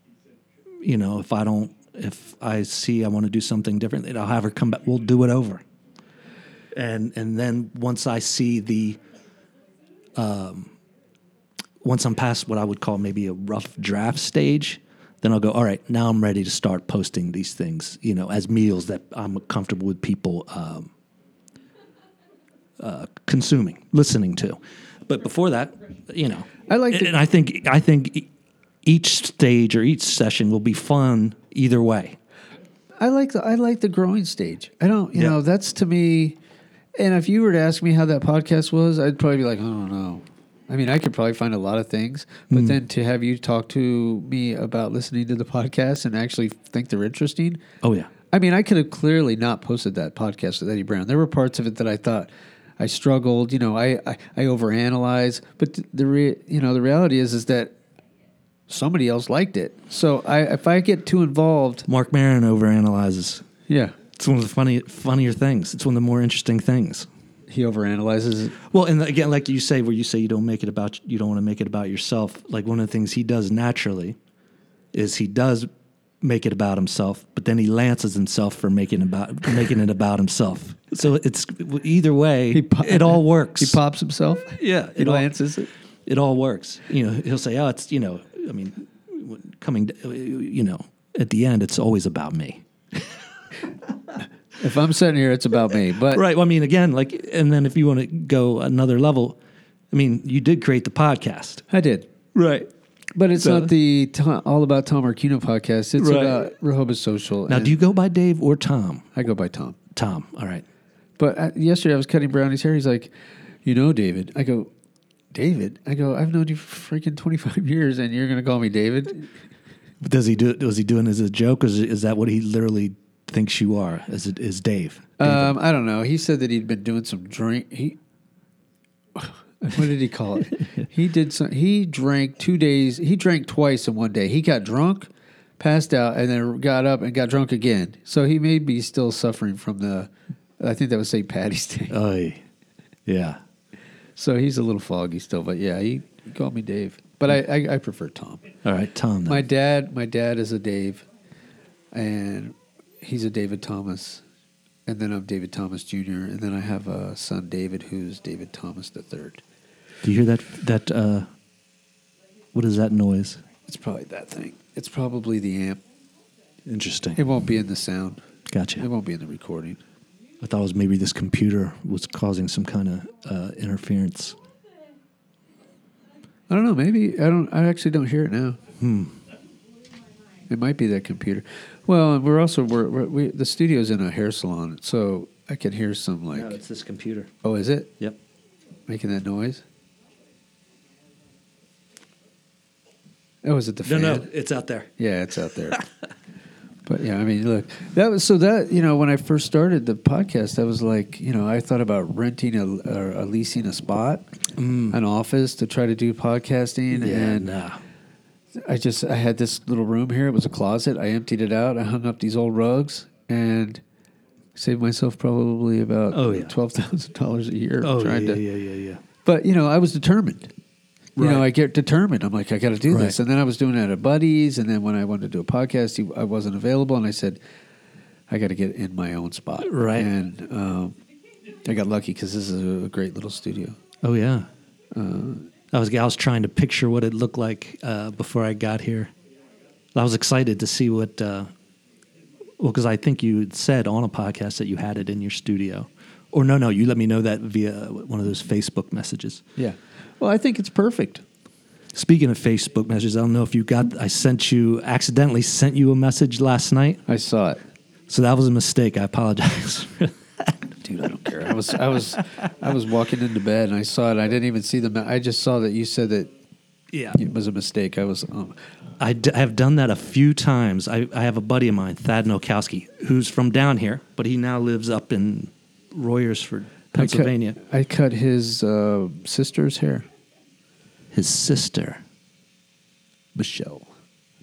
Speaker 2: you know if I don't if I see I want to do something different then I'll have her come back we'll do it over and and then once I see the um, once I'm past what I would call maybe a rough draft stage then I'll go all right now I'm ready to start posting these things you know as meals that I'm comfortable with people um, uh, consuming, listening to. But before that, you know,
Speaker 1: I like
Speaker 2: And-
Speaker 1: the-
Speaker 2: and I think I think e- each stage or each session will be fun either way.
Speaker 1: I like the I like the growing stage. I don't, you
Speaker 2: Yeah.
Speaker 1: know, that's to me. And if you were to ask me how that podcast was, I'd probably be like, I don't know. I mean, I could probably find a lot of things, but then to have you talk to me about listening to the podcast and actually think they're interesting,
Speaker 2: Oh yeah.
Speaker 1: I mean, I could have clearly not posted that podcast with Eddie Brown. There were parts of it that I thought I struggled. You know, I I, I overanalyze, but th- the re, you know the reality is is that somebody else liked it. So I if I get too involved,
Speaker 2: Mark Maron overanalyzes.
Speaker 1: yeah,
Speaker 2: It's one of the funny, funnier things. It's one of the more interesting things.
Speaker 1: he overanalyzes. it.
Speaker 2: Well, and again, like you say, where you say you don't make it about you don't want to make it about yourself. Like one of the things he does naturally is he does make it about himself, but then he lances himself for making about making it about himself. So it's either way,
Speaker 1: po-
Speaker 2: it all works.
Speaker 1: He pops himself.
Speaker 2: yeah,
Speaker 1: he
Speaker 2: it all,
Speaker 1: lances it.
Speaker 2: it all works. You know, he'll say, "Oh, it's you know, I mean, coming, you know, at the end, it's always about me."
Speaker 1: If I'm sitting here, it's about me. But
Speaker 2: Right. Well, I mean, again, like, and then if you want to go another level, I mean, you did create the podcast.
Speaker 1: I did.
Speaker 2: Right.
Speaker 1: But it's
Speaker 2: So-
Speaker 1: not the Tom, all about Tom Arcino podcast. It's
Speaker 2: Right.
Speaker 1: about Rehoboth Social.
Speaker 2: Now,
Speaker 1: and
Speaker 2: do you go by Dave or Tom?
Speaker 1: I go by Tom?
Speaker 2: Tom. All right.
Speaker 1: But uh, yesterday I was cutting brownies hair. He's like, you know, David. I go, David. I go, I've known you for freaking twenty five years, and you're gonna call me David.
Speaker 2: Does he do? Was he doing it as a joke, or is, is that what he literally thinks you are? Is it is Dave?
Speaker 1: Um, I don't know. He said that he'd been doing some drink. He, what did he call it? he did some. He drank two days. He drank twice in one day. He got drunk, passed out, and then got up and got drunk again. So he may be still suffering from the. I think that was St. Patty's Day.
Speaker 2: Oh, yeah.
Speaker 1: So he's a little foggy still, but yeah, he called me Dave. But I, I, I prefer Tom.
Speaker 2: All right, Tom. Then.
Speaker 1: My dad, my dad is a Dave, and he's a David Thomas, and then I'm David Thomas Jr., and then I have a son David who's David Thomas the third.
Speaker 2: do you hear that? That uh, what is that noise?
Speaker 1: It's probably that thing. It's probably the amp. It
Speaker 2: Interesting.
Speaker 1: won't be in the sound. It
Speaker 2: Gotcha.
Speaker 1: won't be in the recording.
Speaker 2: I thought it was maybe this computer was causing some kind of uh, interference.
Speaker 1: I don't know. Maybe I don't. I actually don't hear it now. Hmm. It might be that computer. Well, and we're also we're, we're we the studio's in a hair salon, so I can hear some like.
Speaker 2: this computer.
Speaker 1: oh, is it
Speaker 2: Yep.
Speaker 1: making that noise? Oh, is it the fan?
Speaker 2: No, no, it's out there.
Speaker 1: Yeah, it's out there. but yeah, I mean, look, that was so that you know when I first started the podcast, I was like, you know, I thought about renting a or uh, leasing a spot,
Speaker 2: Mm. Hmm.
Speaker 1: an office to try to do podcasting, and
Speaker 2: nah.
Speaker 1: I just I had this little room here. It was a closet. I emptied it out. I hung up these old rugs and saved myself probably about
Speaker 2: Oh, yeah.
Speaker 1: twelve thousand dollars a year
Speaker 2: Oh, yeah,
Speaker 1: trying
Speaker 2: yeah,
Speaker 1: to.
Speaker 2: yeah, yeah, yeah.
Speaker 1: But you know, I was determined. You know,
Speaker 2: Right.
Speaker 1: I get determined. I'm like, I got to do
Speaker 2: Right.
Speaker 1: this. And then I was doing it at buddies. And then when I wanted to do a podcast, he, I wasn't available. And I said, I got to get in my own spot.
Speaker 2: Right.
Speaker 1: And um, I got lucky because this is a great little studio.
Speaker 2: Oh yeah. I was I was trying to picture what it looked like uh, before I got here. I was excited to see what. Uh, well, because I think you had said on a podcast that you had it in your studio, or no, no, you let me know that via one of those Facebook messages.
Speaker 1: Yeah. Well, I think it's perfect.
Speaker 2: Speaking of Facebook messages, I don't know if you got. I sent you accidentally sent you a message last night,
Speaker 1: I saw it.
Speaker 2: so that was a mistake. I apologize. for that.
Speaker 1: Dude, I don't care. I was, I was, I was walking into bed and I saw it. I didn't even see the. ma- I just saw that you said that
Speaker 2: yeah,
Speaker 1: it was a mistake. I was, um,
Speaker 2: I d- I have done that a few times. I, I have a buddy of mine, Thad Nokowski, who's from down here, but he now lives up in Royersford,
Speaker 1: I cut-
Speaker 2: Pennsylvania.
Speaker 1: I cut his uh, sister's hair,
Speaker 2: His sister,
Speaker 1: Michelle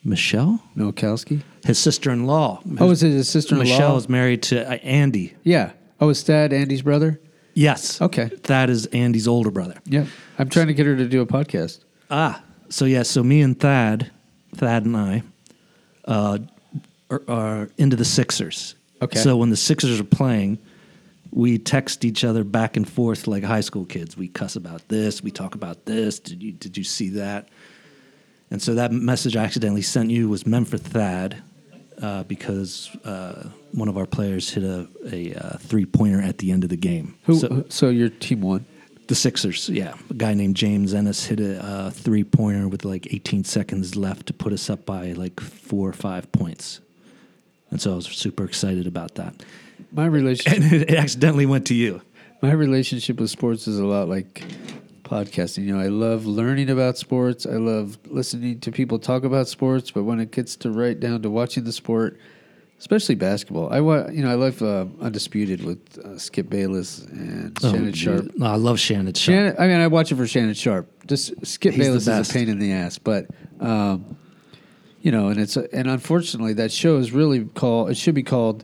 Speaker 2: Michelle,
Speaker 1: Nowakowski.
Speaker 2: his sister in law.
Speaker 1: Oh, is it his sister-in-law?
Speaker 2: Michelle is married to uh, Andy.
Speaker 1: Yeah. Oh, is Thad Andy's brother?
Speaker 2: Yes.
Speaker 1: Okay.
Speaker 2: Thad is Andy's older brother.
Speaker 1: Yeah. I'm trying to get her to do a podcast.
Speaker 2: Ah, so yeah, so me and Thad, Thad and I, uh, are, are into the Sixers.
Speaker 1: Okay.
Speaker 2: So when the Sixers are playing, we text each other back and forth like high school kids. We cuss about this. We talk about this. Did you did you see that? And so that message I accidentally sent you was meant for Thad, uh, because uh, one of our players hit a, a, uh three pointer at the end of the game.
Speaker 1: Who?
Speaker 2: So-
Speaker 1: So, your team won.
Speaker 2: the Sixers, yeah. A guy named James Ennis hit a uh, three pointer with like 18 seconds left to put us up by like four or five points. And so I was super excited about that.
Speaker 1: My relationship.
Speaker 2: And it accidentally went to you.
Speaker 1: my relationship with sports is a lot like podcasting. You know, I love learning about sports. I love listening to people talk about sports. But when it gets to right down to watching the sport, especially basketball, I wa- you know I love uh, Undisputed with uh, Skip Bayless and
Speaker 2: Oh,
Speaker 1: Shannon Sharp.
Speaker 2: No, I love Shannon Sharp.
Speaker 1: Shannon, I mean, I watch it for Shannon Sharp. Just Skip
Speaker 2: He's the
Speaker 1: Bayless is
Speaker 2: best.
Speaker 1: a pain in the ass, but um, you know, and it's and unfortunately that show is really called. It should be called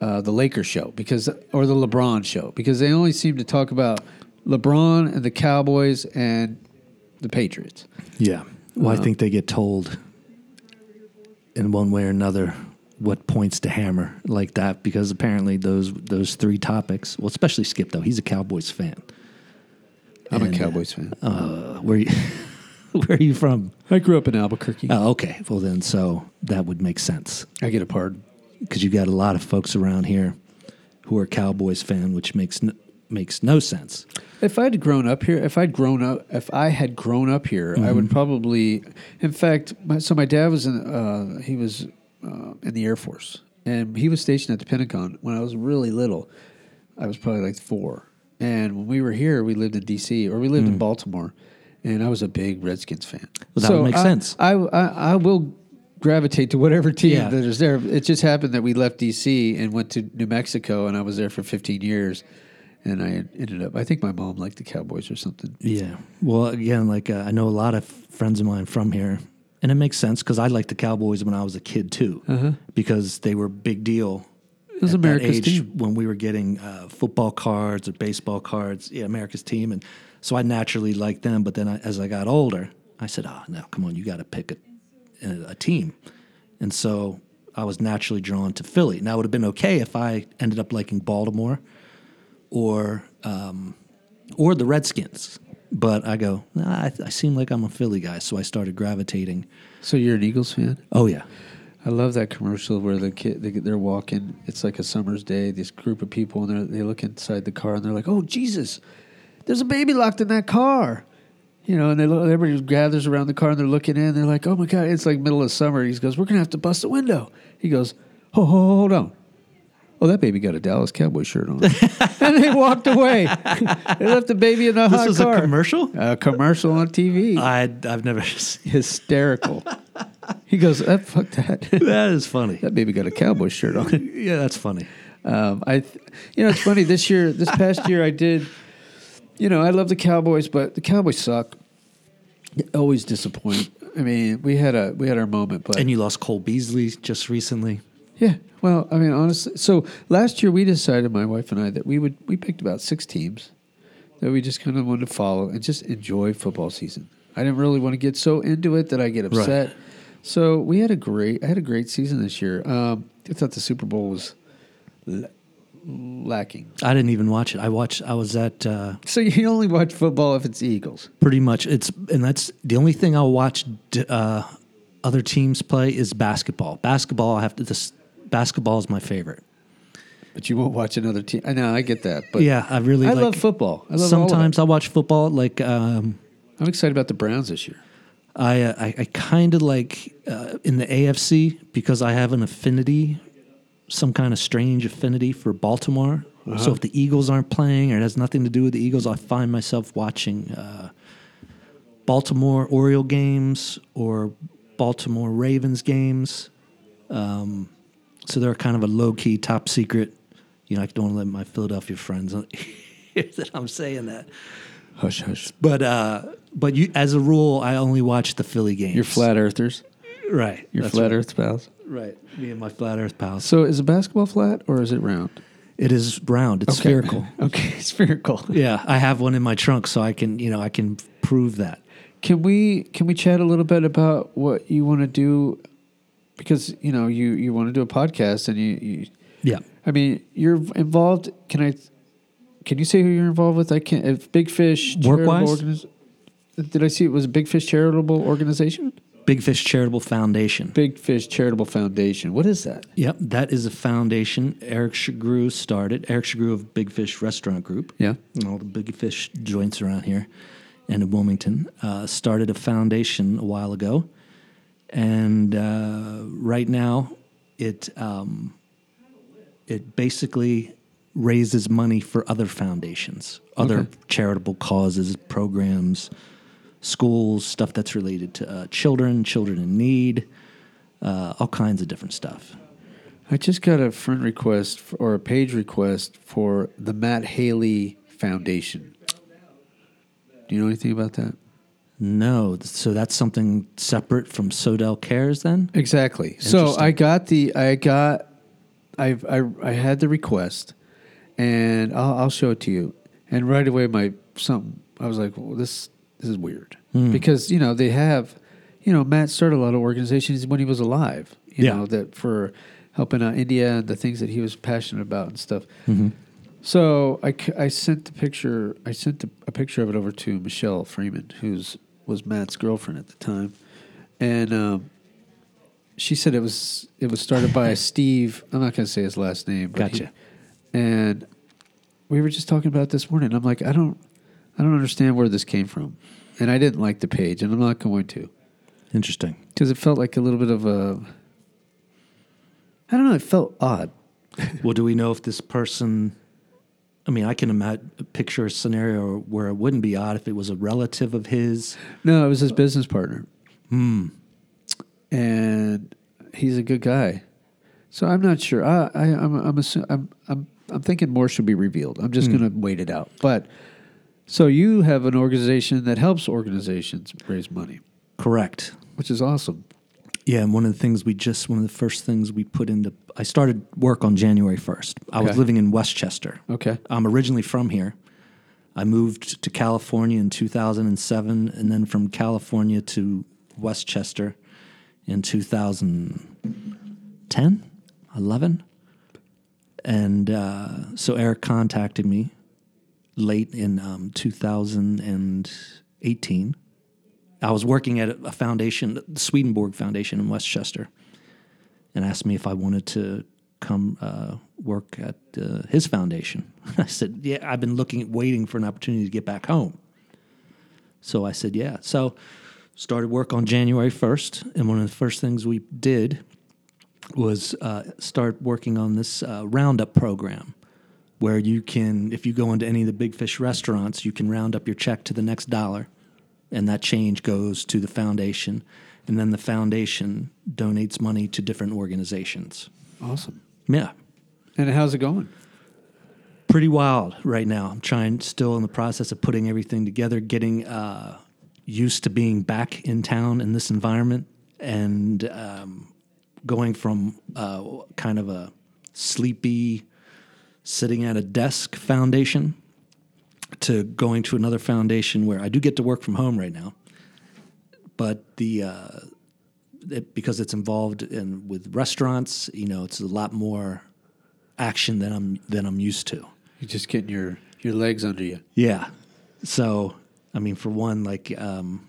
Speaker 1: uh, the Lakers show because or the LeBron show because they only seem to talk about LeBron and the Cowboys and the Patriots.
Speaker 2: Yeah. Well,
Speaker 1: Uh-huh.
Speaker 2: I think they get told in one way or another what points to hammer like that because apparently those those three topics. Well, especially Skip though, he's a Cowboys fan.
Speaker 1: I'm
Speaker 2: And,
Speaker 1: a Cowboys fan.
Speaker 2: Uh, where you, where are you from?
Speaker 1: I grew up in Albuquerque.
Speaker 2: Oh, okay. Well, then so that would make sense
Speaker 1: I get a pardon.
Speaker 2: because you got a lot of folks around here who are Cowboys fan, which makes n makes no sense.
Speaker 1: If I'd grown up here, if I'd grown up, if I had grown up here, I
Speaker 2: Mm-hmm.
Speaker 1: would probably. In fact, my, so my dad was in. Uh, he was uh, in the Air Force, and he was stationed at the Pentagon when I was really little. I was probably like four, and when we were here, we lived in D.C. or we lived in Baltimore, and I was a big Redskins fan.
Speaker 2: Mm. Well, that would make
Speaker 1: I-
Speaker 2: sense.
Speaker 1: I, I I will gravitate to whatever team
Speaker 2: Yeah.
Speaker 1: that is there. It just happened that we left DC and went to New Mexico, and I was there for 15 years, and I ended up. I think my mom liked the Cowboys or something.
Speaker 2: Yeah. Well, again, like uh, I know a lot of friends of mine from here, and it makes sense because I liked the Cowboys when I was a kid too, because they were a big deal. It
Speaker 1: was America's team.
Speaker 2: when we were getting uh, football cards or baseball cards. Yeah, America's team, and so I naturally liked them. But then I, as I got older, I said, "Ah, no, come on, you got to pick a, a, a team," and so I was naturally drawn to Philly. Now it would have been okay if I ended up liking Baltimore or um, or the Redskins. But I go, nah, I, I seem like I'm a Philly guy, so I started gravitating.
Speaker 1: So you're an Eagles fan?
Speaker 2: Oh yeah,
Speaker 1: I love that commercial where the kid they, they're walking. It's like a summer's day. This group of people and they they look inside the car and they're like, "Oh Jesus, there's a baby locked in that car," you know. And they look, everybody gathers around the car and they're looking in. They're like, "Oh my God, it's like middle of summer." He goes, "We're gonna have to bust the window." He goes, "Ho ho, hold on." Oh, that baby got a Dallas Cowboy shirt on, and they walked away. they left the baby in the
Speaker 2: this
Speaker 1: hot
Speaker 2: was
Speaker 1: car.
Speaker 2: a commercial.
Speaker 1: A commercial on TV.
Speaker 2: I I've never seen.
Speaker 1: Hysterical. he goes, "That fuck that."
Speaker 2: That is funny.
Speaker 1: That baby got a cowboy shirt on.
Speaker 2: Yeah, that's funny.
Speaker 1: Um, I, th- you know, it's funny. This year, this past year, I did. You know, I love the Cowboys, but the Cowboys suck. They always disappoint. I mean, we had a we had our moment, but
Speaker 2: And you lost Cole Beasley just recently.
Speaker 1: yeah. Well, I mean, honestly, so last year we decided, my wife and I, that we would we picked about six teams that we just kind of wanted to follow and just enjoy football season. I didn't really want to get so into it that I get upset. So we had a great I had a great season this year. Um, I thought the Super Bowl was la- lacking.
Speaker 2: I didn't even watch it. I watched. I was at uh,
Speaker 1: So you only watch football if it's Eagles.
Speaker 2: pretty much. It's and that's the only thing I'll watch. d- Uh, other teams play is basketball. Basketball. I have to. This basketball is my favorite.
Speaker 1: But you won't watch another team. I know I get that, but
Speaker 2: yeah, I really.
Speaker 1: I
Speaker 2: like,
Speaker 1: love football. I love all of it.
Speaker 2: sometimes I watch football like. Um,
Speaker 1: I'm excited about the Browns this year.
Speaker 2: I uh, I, I kind of like uh, in the AFC because I have an affinity, some kind of strange affinity for Baltimore. So if the Eagles aren't playing or it has nothing to do with the Eagles, I find myself watching uh, Baltimore Oriole games or Baltimore Ravens games. Um, so they're kind of a low key, top secret. You know, I don't want to let my Philadelphia friends hear that I'm saying that.
Speaker 1: Hush, hush.
Speaker 2: But uh, but you, as a rule, I only watch the Philly games.
Speaker 1: You're flat earthers.
Speaker 2: right?
Speaker 1: You're
Speaker 2: That's
Speaker 1: flat
Speaker 2: right.
Speaker 1: earth pals.
Speaker 2: right? Me and my flat Earth pals.
Speaker 1: So is a basketball flat or is it round?
Speaker 2: It is round. It's spherical.
Speaker 1: okay, spherical.
Speaker 2: Yeah, I have one in my trunk, so I can you know I can prove that.
Speaker 1: Can we can we chat a little bit about what you want to do? Because you know you you want to do a podcast and you, you
Speaker 2: Yeah,
Speaker 1: I mean you're involved. Can I? Can you say who you're involved with? I can't. If Big Fish charitable
Speaker 2: Workwise?
Speaker 1: organiz- did I see it was a Big Fish charitable organization?
Speaker 2: Big Fish Charitable Foundation.
Speaker 1: Big Fish Charitable Foundation. What is that?
Speaker 2: Yep, that is a foundation Eric Shagru started. Eric Shagru of Big Fish Restaurant Group.
Speaker 1: Yeah.
Speaker 2: and all the big fish joints around here and in Wilmington, uh, started a foundation a while ago. And uh, right now, it, um, it basically raises money for other foundations, other
Speaker 1: Okay.
Speaker 2: charitable causes, programs, schools, stuff that's related to uh, children, children in need, uh, all kinds of different stuff.
Speaker 1: I just got a friend request f- or a page request for the Matt Haley Foundation. Do you know anything about that?
Speaker 2: No, th- so that's something separate from Sodel Cares then?
Speaker 1: Exactly. So I got the I got I've I I had the request, and I'll, I'll show it to you. And right away, my something I was like, well, this this is weird because you know they have, you know, Matt started a lot of organizations when he was alive. You
Speaker 2: Yeah.
Speaker 1: know that for helping out India and the things that he was passionate about and stuff. So I, c- I sent the picture I sent the, a picture of it over to Michelle Freeman, who's was Matt's girlfriend at the time, and um, she said it was it was started by Steve. I'm not going to say his last name. But he-
Speaker 2: Gotcha.
Speaker 1: and we were just talking about it this morning. I'm like, I don't I don't understand where this came from, and I didn't like the page, and I'm not going to
Speaker 2: Interesting.
Speaker 1: because it felt like a little bit of a I don't know. It felt odd.
Speaker 2: well, do we know if this person? I mean, I can imagine picture a scenario where it wouldn't be odd if it was a relative of his.
Speaker 1: No, it was his business partner. Hmm. And he's a good guy. So I'm not sure. I, I, I'm, I'm, assu- I'm, I'm, I'm thinking more should be revealed. I'm just going to wait it out. But so you have an organization that helps organizations raise money,
Speaker 2: Correct.
Speaker 1: which is awesome.
Speaker 2: Yeah, and one of the things we just one of the first things we put into I started work on January first. I was
Speaker 1: Okay.
Speaker 2: living in Westchester.
Speaker 1: Okay.
Speaker 2: I'm originally from here. I moved to California in 2007, and then from California to Westchester in 2010, 11. And uh, so Eric contacted me late in um, 2018. I was working at a foundation, the Swedenborg Foundation in Westchester, and asked me if I wanted to come uh, work at uh, his foundation. I said, "Yeah, I've been looking, waiting for an opportunity to get back home." So I said, "Yeah." So started work on January first, and one of the first things we did was uh, start working on this uh, roundup program. Where you can, if you go into any of the big fish restaurants, you can round up your check to the next dollar and that change goes to the foundation and then the foundation donates money to different organizations
Speaker 1: Awesome.
Speaker 2: yeah
Speaker 1: And how's it going?
Speaker 2: pretty wild right now i'm trying still in the process of putting everything together getting uh, used to being back in town in this environment and um, going from uh, kind of a sleepy sitting at a desk foundation to going to another foundation where I do get to work from home right now, but the uh, it, because it's involved in with restaurants, you know, it's a lot more action than I'm than I'm used to.
Speaker 1: You're just getting your, your legs under you.
Speaker 2: Yeah. So, I mean, for one, like um,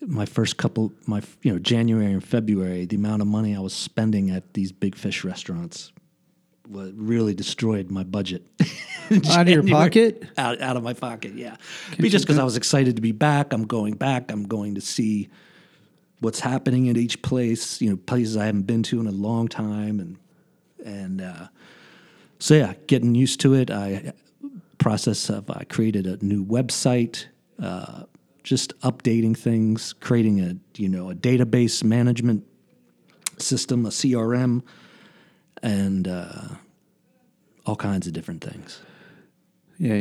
Speaker 2: my first couple, my you know, January and February, the amount of money I was spending at these big fish restaurants was really destroyed my budget.
Speaker 1: Out of your
Speaker 2: January.
Speaker 1: pocket?
Speaker 2: Out, out of my pocket, yeah. Be just because I was excited to be back. I'm going back. I'm going to see what's happening at each place. You know, places I haven't been to in a long time, and and uh, so yeah, getting used to it. I process of I created a new website, uh, just updating things, creating a you know a database management system, a CRM, and uh, all kinds of different things.
Speaker 1: Yeah, I,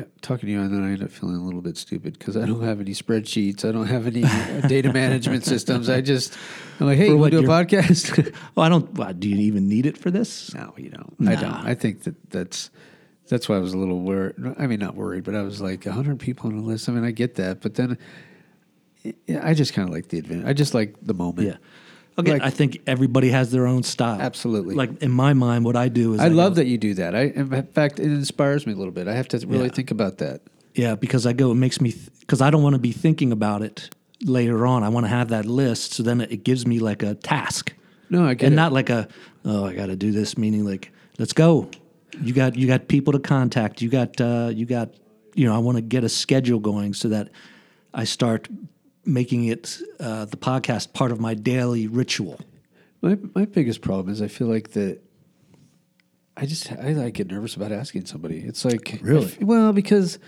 Speaker 1: I, talking to you, and then I end up feeling a little bit stupid because I don't have any spreadsheets. I don't have any uh, data management systems. I just, I'm like, hey, you want
Speaker 2: what
Speaker 1: to do a
Speaker 2: you're-
Speaker 1: podcast?
Speaker 2: Well, I don't. Well, do you even need it for this?
Speaker 1: no, you don't. I don't. I think that that's that's why I was a little worried. I mean, not worried, but I was like, 100 people on the list. I mean, I get that, but then yeah, I just kind of like the advantage. I just like the moment.
Speaker 2: Yeah. Okay.
Speaker 1: Like-
Speaker 2: I think everybody has their own style.
Speaker 1: Absolutely.
Speaker 2: Like in my mind, what I do is
Speaker 1: I
Speaker 2: go-
Speaker 1: love that you do that. I, in fact, it inspires me a little bit. I have to really
Speaker 2: Yeah.
Speaker 1: think about that.
Speaker 2: Yeah, because I go. It makes me because I don't want to be thinking about it later on. I want to have that list, so then it, it gives me like a task,
Speaker 1: No, I get
Speaker 2: and
Speaker 1: it.
Speaker 2: not like a oh I got to do this. Meaning like let's go. You got you got people to contact. You got uh, you got you know I want to get a schedule going so that I start making it uh, the podcast part of my daily ritual.
Speaker 1: My my biggest problem is I feel like that I just I like get nervous about asking somebody. It's like
Speaker 2: Really?
Speaker 1: if- well because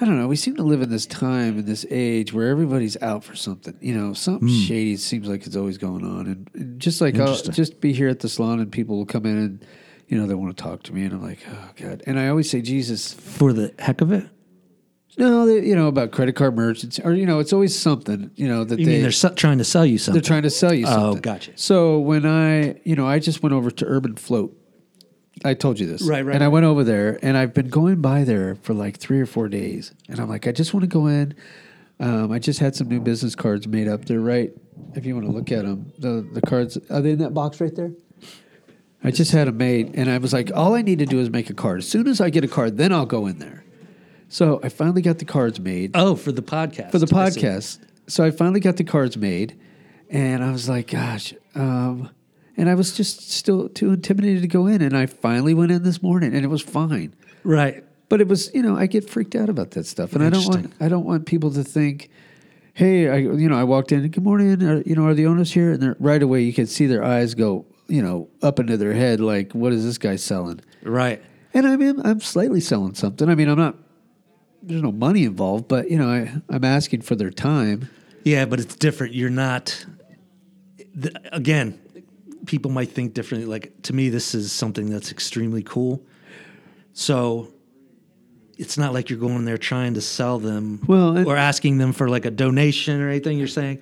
Speaker 1: I don't know. We seem to live in this time in this age where everybody's out for something. You know, something shady seems like it's always going on, and, and just like I'll
Speaker 2: Hmm. Interesting.
Speaker 1: just be here at the salon, and people will come in and you know they want to talk to me, and I'm like, oh god. And I always say, Jesus,
Speaker 2: for the heck of it.
Speaker 1: no, they, you know about credit card merchants, or you know, it's always something. You know that
Speaker 2: You
Speaker 1: they
Speaker 2: mean they're se- trying to sell you
Speaker 1: they're
Speaker 2: something?
Speaker 1: trying to sell you
Speaker 2: Oh,
Speaker 1: something.
Speaker 2: gotcha.
Speaker 1: So when I, you know, I just went over to Urban Float. I told you this.
Speaker 2: Right, right,
Speaker 1: And I
Speaker 2: right.
Speaker 1: went over there and I've been going by there for like three or four days. And I'm like, I just want to go in. Um, I just had some new business cards made up. They're right, if you want to look at them, the, the cards, are they in that box right there? I just had them made. And I was like, all I need to do is make a card. As soon as I get a card, then I'll go in there. So I finally got the cards made
Speaker 2: oh, for the podcast.
Speaker 1: for the
Speaker 2: I see.
Speaker 1: podcast. So I finally got the cards made, and I was like, "Gosh," um, and I was just still too intimidated to go in. And I finally went in this morning, and it was fine.
Speaker 2: Right.
Speaker 1: But it was, you know, I get freaked out about that stuff, and I don't want I don't want people to think, "Hey, I, you know, I walked in. Good morning. Are, you know, are the owners here?" And they're, right away, you could see their eyes go, you know, up into their head, like, "What is this guy selling?"
Speaker 2: Right.
Speaker 1: And I mean, I'm slightly selling something. I mean, I'm not. There's no money involved, but you know, I, I'm asking for their time.
Speaker 2: Yeah, but it's different. You're not. th- Again, people might think differently. Like to me, this is something that's extremely cool. So it's not like you're going there trying to sell them
Speaker 1: Well, it-
Speaker 2: or asking them for like a donation or anything. You're saying,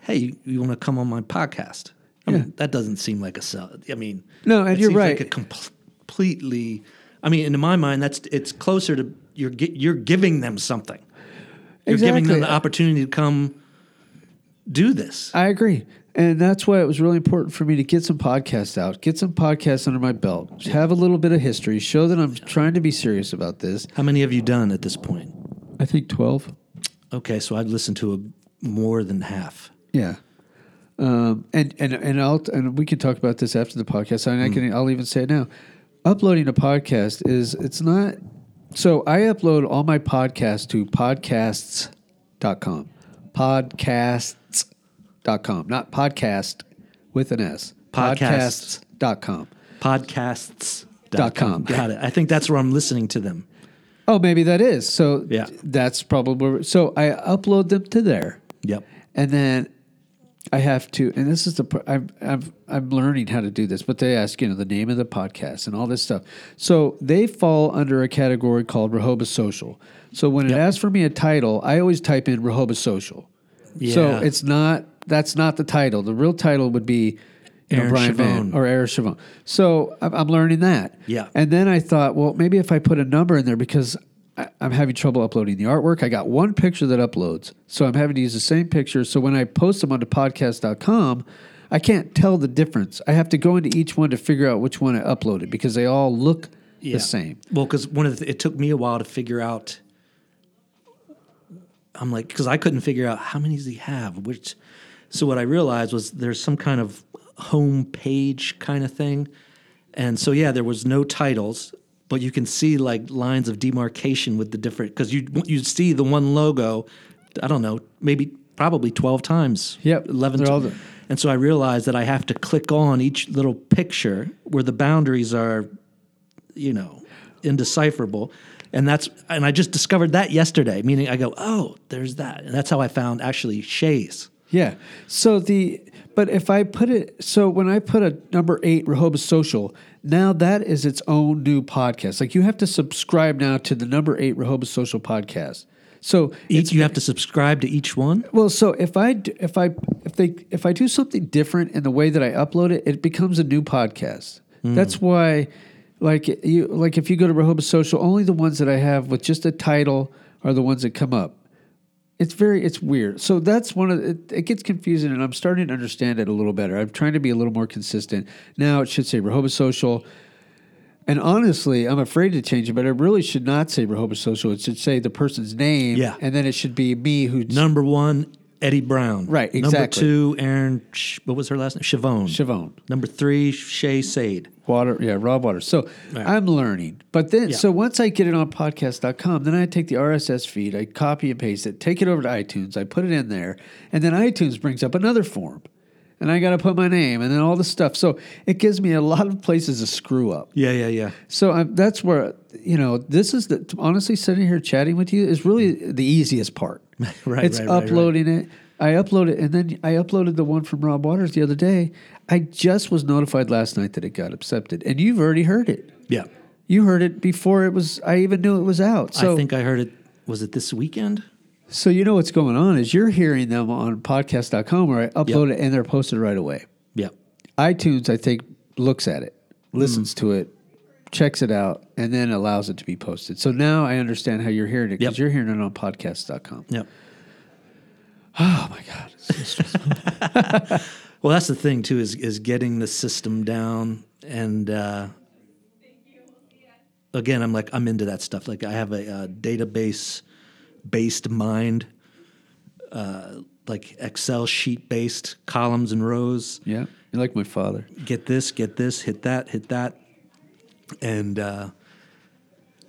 Speaker 2: "Hey, you, you want to come on my podcast?" I
Speaker 1: Yeah.
Speaker 2: mean, that doesn't seem like a sell. I mean,
Speaker 1: No, and
Speaker 2: it
Speaker 1: you're
Speaker 2: seems
Speaker 1: right.
Speaker 2: Like a compl- completely. I mean, in my mind, that's it's closer to you're gi- you're giving them something. You're giving them the opportunity to come do this.
Speaker 1: I agree. And that's why it was really important for me to get some podcasts out, get some podcasts under my belt, have a little bit of history, show that I'm trying to be serious about this.
Speaker 2: How many have you done at this point?
Speaker 1: I think 12.
Speaker 2: Okay, so I've listened to a, more than half.
Speaker 1: Yeah. Um, and and and I'll and we can talk about this after the podcast.
Speaker 2: Mm.
Speaker 1: And I can I'll even say it now. Uploading a podcast is it's not so I upload all my podcasts to podcasts.com. Podcasts.com, not podcast with an S.
Speaker 2: Podcasts.
Speaker 1: Podcasts.com.
Speaker 2: Podcasts.
Speaker 1: Dot com.
Speaker 2: Got it. I think that's where I'm listening to them.
Speaker 1: Oh, maybe that is. So
Speaker 2: Yeah.
Speaker 1: that's probably so I upload them to there.
Speaker 2: Yep.
Speaker 1: and then I have to, and this is the part- I'm I'm I'm learning how to do this. But they ask, you know, the name of the podcast and all this stuff. So they fall under a category called Rehoboth Social. So when it asks for me a title, I always type in Rehoboth Social. So
Speaker 2: Yeah.
Speaker 1: it's not that's not the title. The real title would be you know,
Speaker 2: Aaron
Speaker 1: Brian Van
Speaker 2: Chavon.
Speaker 1: or Eric Chavon. So I'm, I'm learning that.
Speaker 2: Yeah.
Speaker 1: And then I thought, well, maybe if I put a number in there because I, I'm having trouble uploading the artwork. I got one picture that uploads. So I'm having to use the same picture. So when I post them onto podcast.com, I can't tell the difference. I have to go into each one to figure out which one I uploaded because they all look the same.
Speaker 2: Well, because one of the, it took me a while to figure out. I'm like, because I couldn't figure out how many does he have. Which, so what I realized was there's some kind of home page kind of thing, and so yeah, there was no titles, but you can see like lines of demarcation with the different because you you see the one logo. I don't know, maybe probably twelve times.
Speaker 1: Yep,
Speaker 2: eleven.
Speaker 1: they're all
Speaker 2: ti-
Speaker 1: the-
Speaker 2: and so I realized that I have to click on each little picture where the boundaries are you know indecipherable and that's and i just discovered that yesterday meaning i go oh there's that and that's how i found actually shays
Speaker 1: Yeah. So the but if I put it so when I put a number eight Rehoboth Social, now that is its own new podcast. Like you have to subscribe now to the number eight Rehoboth Social podcast. So
Speaker 2: each E, you have to subscribe to each one
Speaker 1: well, so if I d- if I if they if I do something different in the way that I upload it, it becomes a new podcast. That's why, like you like if you go to Rehoboth Social, only the ones that I have with just a title are the ones that come up. It's very it's weird. So that's one of the- it, it gets confusing, and I'm starting to understand it a little better. I'm trying to be a little more consistent now. It should say Rehoboth Social. And honestly, I'm afraid to change it, but it really should not say Rehoboth Social. It should say the person's name,
Speaker 2: Yeah.
Speaker 1: and then it should be me who
Speaker 2: number one eddie brown
Speaker 1: Right, exactly.
Speaker 2: number two aaron Sh- what was her last name Siobhan.
Speaker 1: Siobhan.
Speaker 2: number three shay sade
Speaker 1: Water, yeah, raw water. So I'm learning. But then, so once I get it on podcast.com, then I take the RSS feed, I copy and paste it, take it over to iTunes, I put it in there, and then iTunes brings up another form. and I got to put my name and then all this stuff. So it gives me a lot of places to screw up.
Speaker 2: Yeah, yeah, yeah.
Speaker 1: So I, that's where you know this is the honestly sitting here chatting with you is really the easiest part.
Speaker 2: Right,
Speaker 1: it's
Speaker 2: right, right, right.
Speaker 1: uploading it. I upload it, and then I uploaded the one from Rob Waters the other day. I just was notified last night that it got accepted, and you've already heard it.
Speaker 2: Yeah.
Speaker 1: You heard it before it was. I even knew it was out. So
Speaker 2: I think I heard it. Was it this weekend?
Speaker 1: so you know what's going on is you're hearing them on podcast.com where I upload
Speaker 2: Yep.
Speaker 1: it and they're posted right away.
Speaker 2: Yeah.
Speaker 1: iTunes, I think, looks at it, listens to it, checks it out, and then allows it to be posted. So now I understand how you're hearing it because
Speaker 2: Yep.
Speaker 1: you're hearing it on podcast.com.
Speaker 2: Yeah.
Speaker 1: Oh my God.
Speaker 2: Well, that's the thing too is is getting the system down and uh, again, I'm like I'm into that stuff. Like I have a, uh database based mind, uh, like Excel sheet based columns and rows.
Speaker 1: yeah. You're like my father.
Speaker 2: Get this, get this, hit that, hit that, and uh,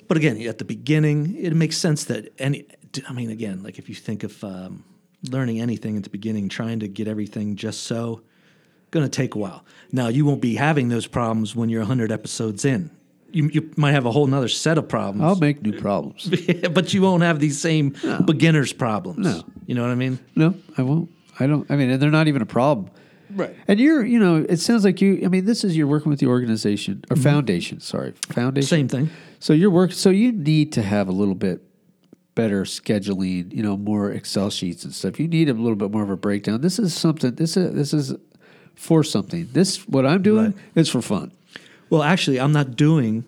Speaker 2: but again, at the beginning, it makes sense that any. I mean, again, like if you think of um, learning anything at the beginning, trying to get everything just so, going to take a while. Now, you won't be having those problems when you're 100 episodes in. You, you might have a whole nother set of problems,
Speaker 1: I'll make new problems.
Speaker 2: but you won't have these same beginner's problems.
Speaker 1: No.
Speaker 2: You know what I mean?
Speaker 1: No, I won't. I don't. I mean, and they're not even a problem.
Speaker 2: Right.
Speaker 1: And you're, you know, it sounds like you. I mean, this is you're working with the organization or foundation. Sorry, foundation.
Speaker 2: Same thing.
Speaker 1: So your work, so you need to have a little bit better scheduling, you know, more Excel sheets and stuff. You need a little bit more of a breakdown. This is something. This is this is for something. This what I'm doing
Speaker 2: Right.
Speaker 1: is for fun.
Speaker 2: Well, actually, I'm not doing,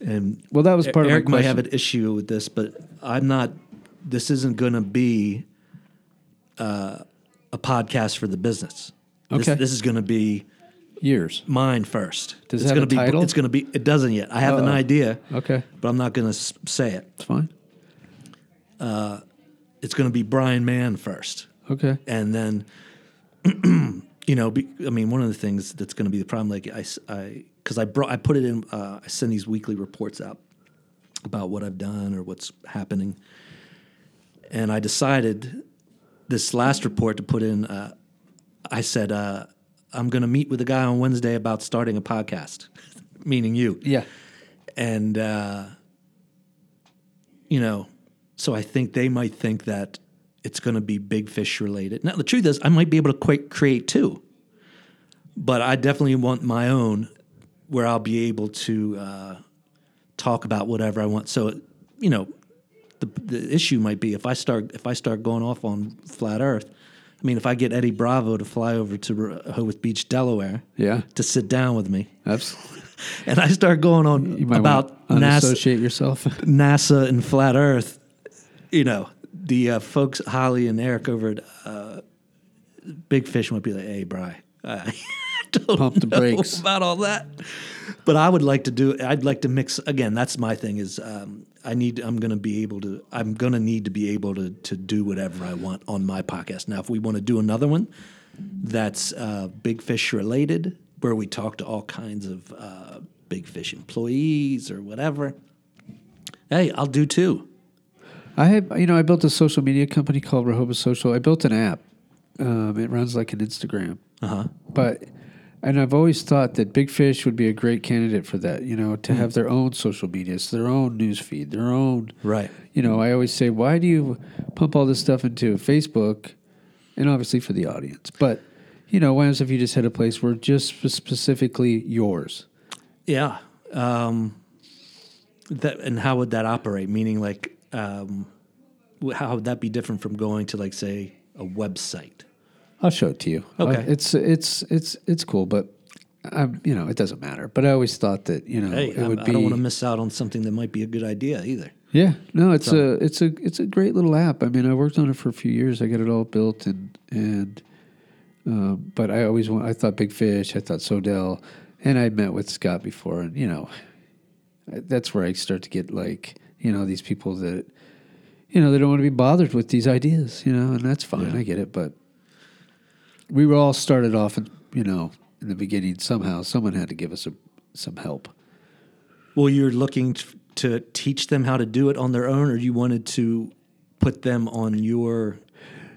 Speaker 2: and
Speaker 1: Well, that was part
Speaker 2: E- Eric
Speaker 1: of my
Speaker 2: might
Speaker 1: question.
Speaker 2: have an issue with this, but I'm not. This isn't going to be uh, a podcast for the business. This-
Speaker 1: Okay.
Speaker 2: This, is going to be
Speaker 1: Years.
Speaker 2: mine first.
Speaker 1: Does it
Speaker 2: it's
Speaker 1: have
Speaker 2: gonna
Speaker 1: a
Speaker 2: be,
Speaker 1: title?
Speaker 2: It's going to be. It doesn't yet. I have an
Speaker 1: Uh-oh.
Speaker 2: idea,
Speaker 1: Okay,
Speaker 2: but I'm not going to say it.
Speaker 1: it's fine.
Speaker 2: It's going to be Brian Mann first,
Speaker 1: Okay,
Speaker 2: and then, you know, be, I mean, one of the things that's going to be the problem, like I, s- I, because I brought, I put it in. Uh, I send these weekly reports out about what I've done or what's happening. and I decided this last report to put in. Uh, I said uh, I'm going to meet with a guy on Wednesday about starting a podcast, meaning you.
Speaker 1: yeah,
Speaker 2: And uh, you know, so I think they might think that it's going to be big fish related. Now the truth is, I might be able to quite create two, but I definitely want my own, where I'll be able to uh, talk about whatever I want. So you know, the the issue might be if I start if I start going off on flat Earth. I mean, if I get Eddie Bravo to fly over to uh, Hoboth Beach, Delaware,
Speaker 1: yeah,
Speaker 2: to sit down with me,
Speaker 1: absolutely.
Speaker 2: and I start going on
Speaker 1: You might
Speaker 2: about
Speaker 1: want to
Speaker 2: NASA,
Speaker 1: associate yourself.
Speaker 2: NASA and flat Earth, you know, the uh, folks Holly and Eric over at uh, Big Fish might be like, "Hey, Bry, I don't
Speaker 1: Pump the
Speaker 2: know
Speaker 1: brakes.
Speaker 2: about all that." But I would like to do. I'd like to mix again. That's my thing. Is um, I need. I'm going to be able to. I'm going to need to be able to to do whatever I want on my podcast. Now, if we want to do another one, that's uh, big fish related, where we talk to all kinds of uh, big fish employees or whatever. Hey, I'll do two.
Speaker 1: I have, you know, I built a social media company called Rehoboth Social. I built an app. Um, it runs like an Instagram. But, and I've always thought that Big Fish would be a great candidate for that. You know, to have their own social medias, their own news feed, their own.
Speaker 2: Right.
Speaker 1: You know, I always say, why do you pump all this stuff into Facebook? And obviously for the audience, but you know, why else if you just had a place where just spe- specifically yours?
Speaker 2: Yeah. Um, that and how would that operate? Meaning, like, um, wh- how would that be different from going to, like, say, a website?
Speaker 1: I'll show it to you.
Speaker 2: Okay.
Speaker 1: Uh, it's it's it's it's cool, but I'm you know it doesn't matter. But I always thought that you know
Speaker 2: Hey,
Speaker 1: it
Speaker 2: I,
Speaker 1: would
Speaker 2: I
Speaker 1: be.
Speaker 2: don't want to miss out on something that might be a good idea either.
Speaker 1: yeah, no, it's a it's a it's a great little app. I mean, I worked on it for a few years. I got it all built and and. Um, but I always want. I thought Big Fish. I thought Sodell, and I'd met with Scott before, and you know, that's where I start to get like you know these people that, you know, they don't want to be bothered with these ideas, you know, and that's fine. I get it, but we were all started off, in, you know, in the beginning somehow. Someone had to give us a, some help.
Speaker 2: Well, you're looking t- to teach them how to do it on their own, or you wanted to put them on your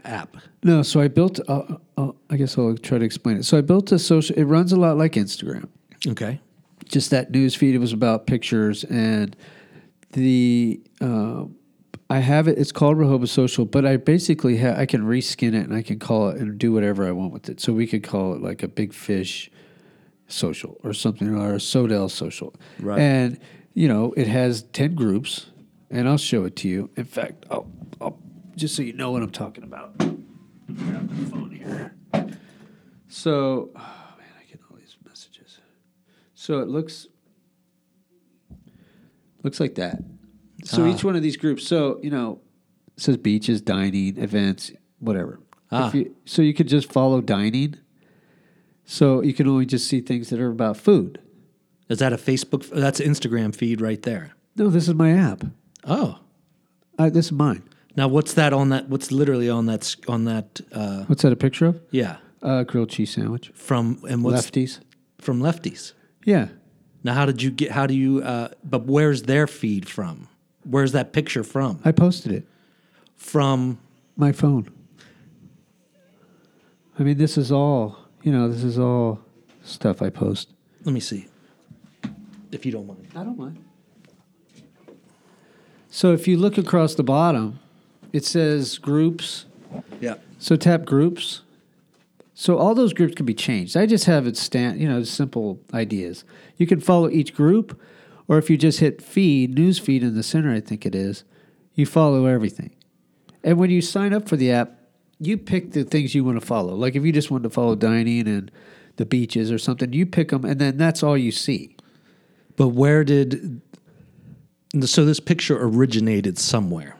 Speaker 2: app?
Speaker 1: No, so I built. Uh, uh, I guess I'll try to explain it. So I built a social. It runs a lot like Instagram.
Speaker 2: Okay.
Speaker 1: Just that news feed. It was about pictures and the. Uh, I have it. It's called Rehoboth Social, but I basically ha- I can reskin it and I can call it and do whatever I want with it. So we could call it like a Big Fish Social or something or a Sodell Social.
Speaker 2: Right.
Speaker 1: And you know it has ten groups, and I'll show it to you. In fact, I'll, I'll just so you know what I'm talking about. Grab the phone here. So, oh man, I get all these messages. So it looks looks like that. So each one of these groups, so you know, it says beaches, dining, events, whatever.
Speaker 2: Ah.
Speaker 1: If you, so you could just follow dining. So you can only just see things that are about food.
Speaker 2: Is that a Facebook? That's an Instagram feed right there.
Speaker 1: No, this is my app.
Speaker 2: Oh.
Speaker 1: I, this is mine.
Speaker 2: Now what's that on that? What's literally on that s- on that? Uh,
Speaker 1: What's that a picture of?
Speaker 2: yeah.
Speaker 1: Uh, grilled cheese sandwich.
Speaker 2: From and what's
Speaker 1: Lefties.
Speaker 2: from lefties.
Speaker 1: Yeah.
Speaker 2: Now how did you get? How do you? Uh, but where's their feed from? Where's that picture from?
Speaker 1: I posted it.
Speaker 2: From
Speaker 1: my phone. I mean, this is all, you know, this is all stuff I post.
Speaker 2: let me see. If you don't mind.
Speaker 1: I don't mind. So if you look across the bottom, it says groups.
Speaker 2: Yeah.
Speaker 1: So tap groups. So all those groups can be changed. I just have it stand, you know, simple ideas. You can follow each group, or if you just hit feed, news feed in the center, I think it is, you follow everything. And when you sign up for the app, you pick the things you want to follow. Like if you just wanted to follow dining and the beaches or something, you pick them, and then that's all you see.
Speaker 2: But where did? So this picture originated somewhere.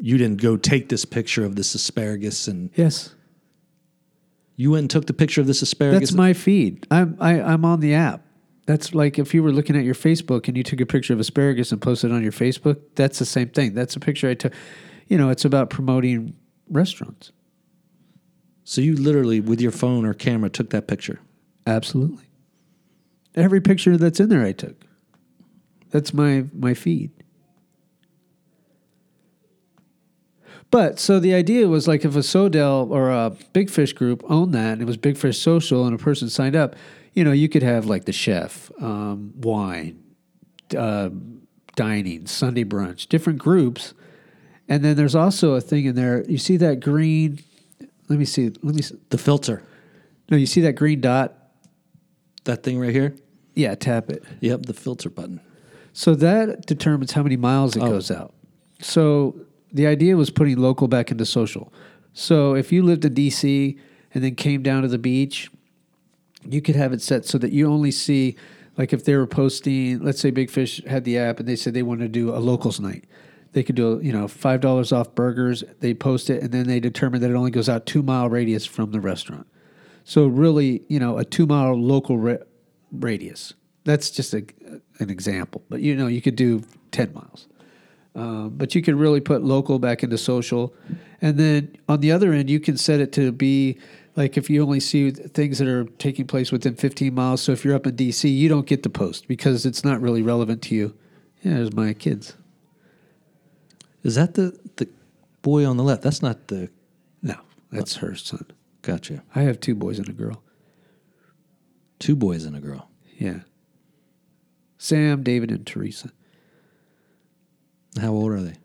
Speaker 2: You didn't go take this picture of this asparagus, and
Speaker 1: Yes,
Speaker 2: you went and took the picture of this asparagus.
Speaker 1: that's my feed. I'm I, I'm on the app. That's like if you were looking at your Facebook and you took a picture of asparagus and posted it on your Facebook. That's the same thing. That's a picture I took. You know, it's about promoting restaurants.
Speaker 2: So you literally, with your phone or camera, took that picture.
Speaker 1: Absolutely. Every picture that's in there, I took. That's my my feed. But so the idea was like if a Sodell or a Big Fish group owned that, and it was Big Fish Social, and a person signed up, you know, you could have like the chef, um, wine, uh, dining, Sunday brunch, different groups, and then there's also a thing in there. You see that green? Let me see. Let me. See,
Speaker 2: The filter,
Speaker 1: no, you see that green dot?
Speaker 2: that thing right here.
Speaker 1: Yeah, tap it.
Speaker 2: Yep, the filter button.
Speaker 1: So that determines how many miles it goes out. So the idea was putting local back into social. So if you lived in DC and then came down to the beach, you could have it set so that you only see like if they were posting, let's say Big Fish had the app and they said they wanted to do a locals night. They could do, you know, five dollars off burgers. They post it, and then they determine that it only goes out two mile radius from the restaurant. So really, you know, a two mile local ra- radius. That's just a, an example, but you know, you could do ten miles. Um, but you can really put local back into social, and then on the other end, you can set it to be like if you only see th- things that are taking place within 15 miles. So if you're up in DC, you don't get to post because it's not really relevant to you. Yeah, there's my kids.
Speaker 2: Is that the the boy on the left? That's not the.
Speaker 1: No, that's her son.
Speaker 2: Gotcha.
Speaker 1: I have two boys and a girl.
Speaker 2: Two boys and a girl.
Speaker 1: Yeah, Sam, David, and Teresa.
Speaker 2: How old are they?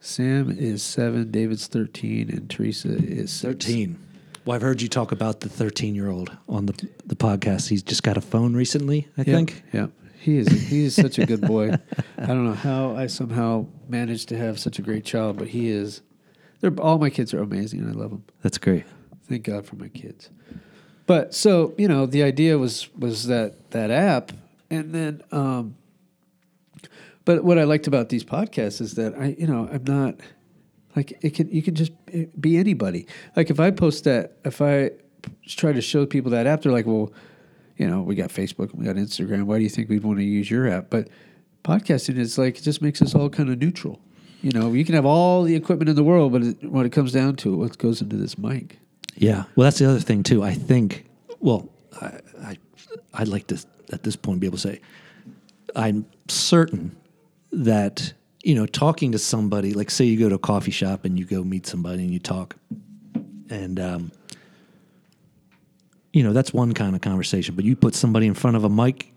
Speaker 1: Sam is seven, David's 13, and Teresa is six.
Speaker 2: Thirteen. Well, I've heard you talk about the thirteen-year-old on the the podcast. He's just got a phone recently, I
Speaker 1: Yep,
Speaker 2: think.
Speaker 1: Yep. He is he is such a good boy. I don't know how I somehow managed to have such a great child, but he is. They're all my kids are amazing. and I love them.
Speaker 2: That's great.
Speaker 1: Thank God for my kids. But so you know, the idea was was that that app, and then. Um, but what I liked about these podcasts is that I, you know, I'm not like it can you can just be anybody. Like if I post that, if I try to show people that app, they're like, well, you know, we got Facebook, we got Instagram. Why do you think we'd want to use your app? But podcasting is like it just makes us all kind of neutral. You know, you can have all the equipment in the world, but it, when it comes down to it, what goes into this mic?
Speaker 2: Yeah. Well, that's the other thing too. I think. Well, I, I I'd like to at this point be able to say I'm certain that you know talking to somebody, like say you go to a coffee shop and you go meet somebody and you talk, and um, you know that's one kind of conversation. But you put somebody in front of a mic,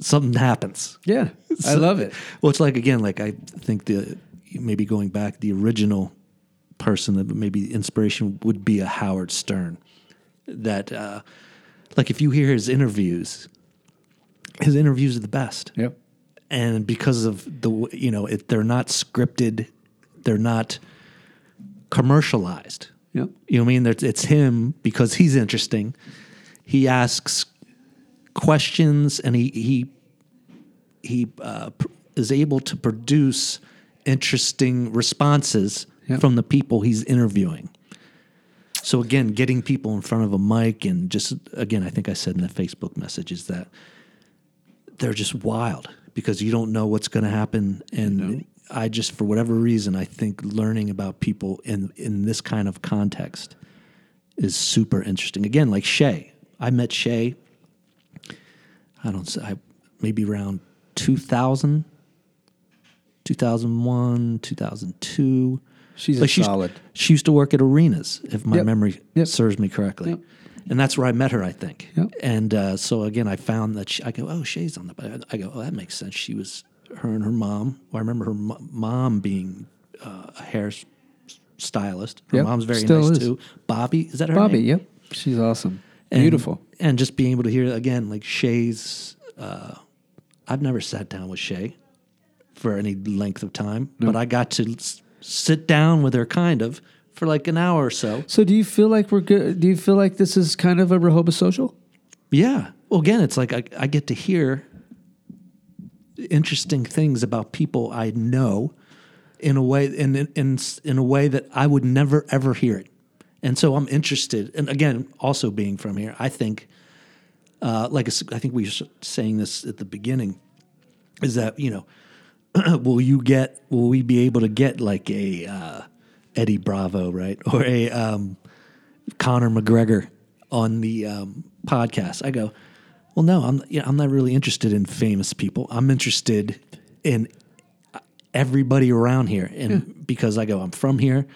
Speaker 2: something happens.
Speaker 1: Yeah, I love it.
Speaker 2: Well, it's like again, like I think the maybe going back, the original person that maybe inspiration would be a Howard Stern. That uh, like if you hear his interviews, his interviews are the best
Speaker 1: Yep.
Speaker 2: and because of the w- you know it, they're not scripted they're not commercialized
Speaker 1: Yep.
Speaker 2: you know what i mean There's- it's him because he's interesting he asks questions and he he he uh, pr- is able to produce interesting responses
Speaker 1: Yep.
Speaker 2: from the people he's interviewing so again getting people in front of a mic and just again i think i said in the facebook message is that they're just wild because you don't know what's going to happen and i just for whatever reason i think learning about people in in this kind of context is super interesting again like shay i met shay i don't say I, maybe around 2000 2001 2002
Speaker 1: She's a
Speaker 2: she used-
Speaker 1: solid.
Speaker 2: she used to work at arenas if my
Speaker 1: Yep.
Speaker 2: memory
Speaker 1: Yep.
Speaker 2: serves me correctly
Speaker 1: Yep.
Speaker 2: and that's where I met her, I think.
Speaker 1: Yep.
Speaker 2: And uh, so again, I found that she, I go, oh, Shay's on the. But I go, oh, that makes sense. She was her and her mom. Well, I remember her mo- mom being uh, a hair s- stylist. Her
Speaker 1: Yep.
Speaker 2: mom's very
Speaker 1: Still
Speaker 2: nice
Speaker 1: is.
Speaker 2: too. Bobby, is that her
Speaker 1: Bobby.
Speaker 2: name?
Speaker 1: Yep. She's awesome.
Speaker 2: And-
Speaker 1: Beautiful.
Speaker 2: And just being able to hear again, like Shay's. Uh, I've never sat down with Shay for any length of time, but I got to s- sit down with her kind of for like an hour or so.
Speaker 1: So do you feel like we're good? Do you feel like this is kind of a Rehoboth social?
Speaker 2: Yeah. Well, again, it's like I, I get to hear interesting things about people I know in a way in, in in in a way that I would never ever hear it. And so I'm interested. And again, also being from here, I think uh, like I s- I think we were s- saying this at the beginning is that, you know, will you get will we be able to get like a uh, Eddie Bravo, right? Or a um, Conor McGregor on the um, podcast. I go, well, no, I'm you know, I'm not really interested in famous people. I'm interested in uh, everybody around here, and because I go, I'm from here.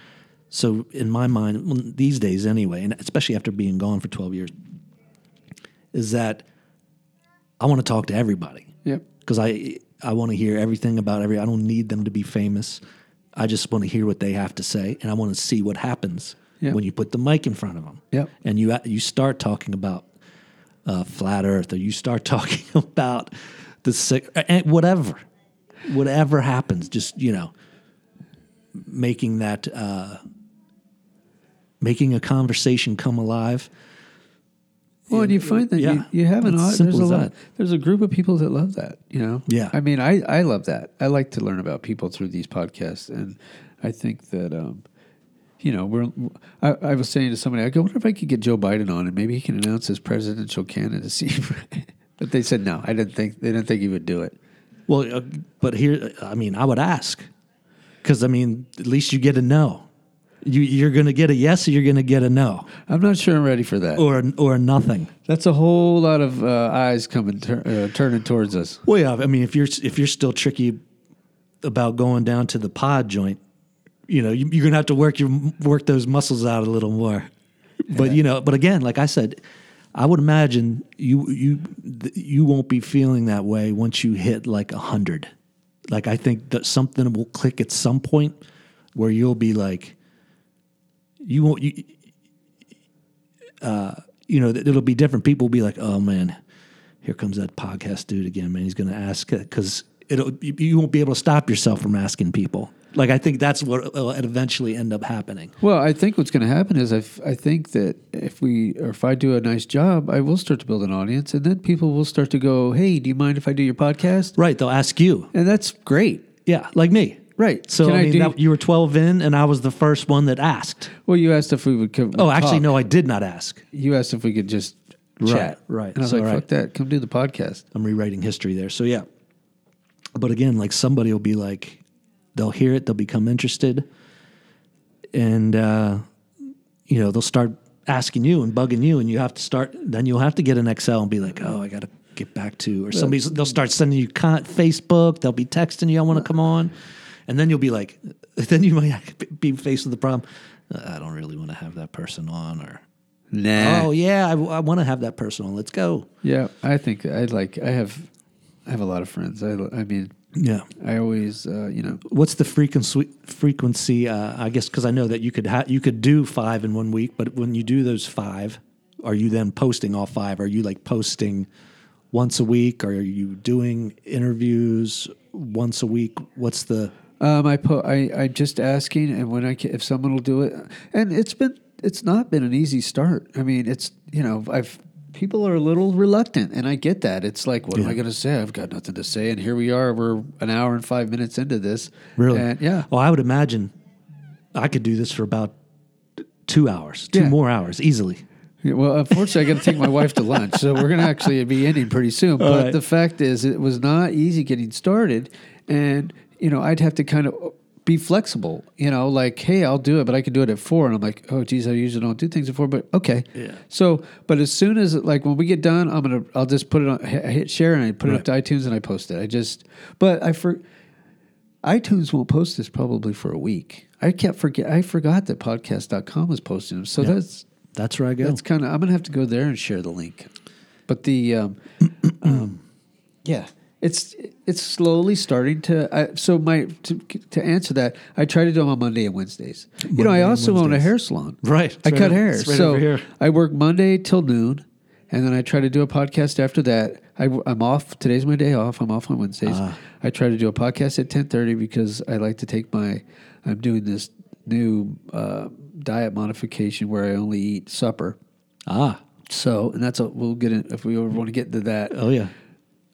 Speaker 2: So in my mind, well, these days anyway, and especially after being gone for 12 years, is that I want to talk to everybody
Speaker 1: Yep.
Speaker 2: because I I want to hear everything about every. I don't need them to be famous. I just want to hear what they have to say, and I want to see what happens
Speaker 1: Yeah.
Speaker 2: when you put the mic in front of them.
Speaker 1: Yep.
Speaker 2: And you you start talking about uh, flat Earth, or you start talking about the sick, and whatever, whatever happens. Just you know, making that uh, making a conversation come alive.
Speaker 1: Well, and you find that
Speaker 2: yeah.
Speaker 1: you, you have an
Speaker 2: It's
Speaker 1: audience. There's
Speaker 2: simple
Speaker 1: a
Speaker 2: as
Speaker 1: lot.
Speaker 2: that.
Speaker 1: There's a group of people that love that. You know.
Speaker 2: Yeah.
Speaker 1: I mean, I I love that. I like to learn about people through these podcasts, and I think that. um you know, we're. I, I was saying to somebody, I go, wonder if I could get Joe Biden on, and maybe he can announce his presidential candidacy. but they said no. I didn't think they didn't think he would do it.
Speaker 2: Well, uh, but here, I mean, I would ask because I mean, at least you get a no. You, you're going to get a yes, or you're going to get a no,
Speaker 1: I'm not sure I'm ready for that.
Speaker 2: or a, or a nothing.
Speaker 1: That's a whole lot of uh, eyes coming tur- uh, turning towards us.
Speaker 2: Well, yeah, I mean, if you're if you're still tricky about going down to the pod joint, you know, you, you're going to have to work your work those muscles out a little more. But you know, but again, like I said, I would imagine you you th- you won't be feeling that way once you hit like a hundred. Like I think that something will click at some point where you'll be like, you won't you. you know, th- it'll be different. People will be like, "Oh man, here comes that podcast dude again, man. He's going to ask because it'll you- you won't be able to stop yourself from asking people." Like I think that's what will eventually end up happening.
Speaker 1: Well, I think what's going to happen is I, f- I think that if we or if I do a nice job, I will start to build an audience, and then people will start to go, "Hey, do you mind if I do your podcast?"
Speaker 2: Right? They'll ask you.
Speaker 1: And that's great,
Speaker 2: Yeah, like me.
Speaker 1: right?
Speaker 2: So
Speaker 1: Can
Speaker 2: I mean,
Speaker 1: do-
Speaker 2: that, you were 12 in, and I was the first one that asked.
Speaker 1: well, you asked if we would come.
Speaker 2: Oh, actually,
Speaker 1: talk.
Speaker 2: no, I did not ask.
Speaker 1: You asked if we could just
Speaker 2: Right,
Speaker 1: chat,
Speaker 2: right.
Speaker 1: And I was
Speaker 2: So,
Speaker 1: like,
Speaker 2: right.
Speaker 1: "Fuck that! Come do the podcast."
Speaker 2: I'm rewriting history there. So yeah. But again, like somebody will be like, they'll hear it, they'll become interested, and uh, you know they'll start asking you and bugging you, and you have to start. Then you'll have to get an Excel and be like, oh, I got to get back to, or somebody's they'll start sending you con- Facebook, they'll be texting you, I want to come on, and then you'll be like, then you might be faced with the problem. I don't really want to have that person on, or
Speaker 1: Nah.
Speaker 2: oh yeah, I, want to have that person on. Let's go.
Speaker 1: Yeah, I think I like. I have, I have a lot of friends. I, I mean,
Speaker 2: Yeah.
Speaker 1: I always, uh, you know,
Speaker 2: What's the frequency? Frequency? Uh, I guess because I know that you could ha- you could do five in one week, but when you do those five, are you then posting all five? Are you like posting once a week? Are you doing interviews once a week? What's the
Speaker 1: um, I po- I, I'm just asking, and when I ca if someone will do it, and it's been, it's not been an easy start. I mean, it's you know, I've people are a little reluctant, and I get that. It's like, what am I going to say? I've got nothing to say, and here we are. We're an hour and five minutes into this.
Speaker 2: Really?
Speaker 1: And, yeah.
Speaker 2: Well, I would imagine I could do this for about two hours, two
Speaker 1: Yeah.
Speaker 2: more hours easily.
Speaker 1: Yeah, Well, unfortunately, I got to take my wife to lunch, so we're going to actually be ending pretty soon. But
Speaker 2: right.
Speaker 1: the fact is, it was not easy getting started, and you know, I'd have to kind of be flexible. You know, like, hey, I'll do it, but I can do it at four, and I'm like, oh, geez, I usually don't do things at four, but okay.
Speaker 2: Yeah.
Speaker 1: So, but as soon as like when we get done, I'm gonna, I'll just put it on, h- hit share, and I put it up to iTunes, and I post it. I just, but I for iTunes won't post this probably for a week. I kept forget, I forgot that podcast.com was posting them, so that's.
Speaker 2: That's where I go.
Speaker 1: That's kind of. I'm gonna have to go there and share the link. But the, um, um, yeah, it's it's slowly starting to. I, so my to to answer that, I try to do them on Monday and Wednesdays. you know, I
Speaker 2: Monday and
Speaker 1: also own a
Speaker 2: Wednesdays.
Speaker 1: hair salon.
Speaker 2: Right.
Speaker 1: I
Speaker 2: It's right
Speaker 1: cut
Speaker 2: o-
Speaker 1: hair.
Speaker 2: it's right
Speaker 1: so
Speaker 2: over here.
Speaker 1: I work Monday till noon, and then I try to do a podcast after that. I, am off. Today's my day off. I'm off on Wednesdays.
Speaker 2: Ah.
Speaker 1: I try to do a podcast at 10:30 because I like to take my. I'm doing this new uh, diet modification where I only eat supper.
Speaker 2: ah.
Speaker 1: So, and that's a we'll get in if we ever want to get into that.
Speaker 2: Oh yeah.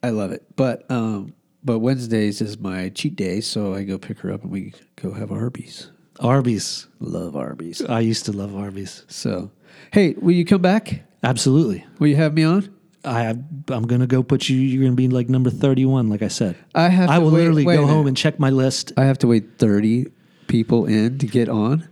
Speaker 1: I love it, but um, but Wednesdays is my cheat day, so I go pick her up and we go have Arby's.
Speaker 2: Arby's.
Speaker 1: Love Arby's.
Speaker 2: I used to love Arby's.
Speaker 1: So, hey, will you come back?
Speaker 2: Absolutely.
Speaker 1: Will you have me on?
Speaker 2: I I'm gonna go put you. You're gonna be like number 31, like I said.
Speaker 1: I have.
Speaker 2: I
Speaker 1: to
Speaker 2: will
Speaker 1: wait-
Speaker 2: literally
Speaker 1: wait a
Speaker 2: go
Speaker 1: minute.
Speaker 2: home and check my list.
Speaker 1: I have to wait thirty people in to get on.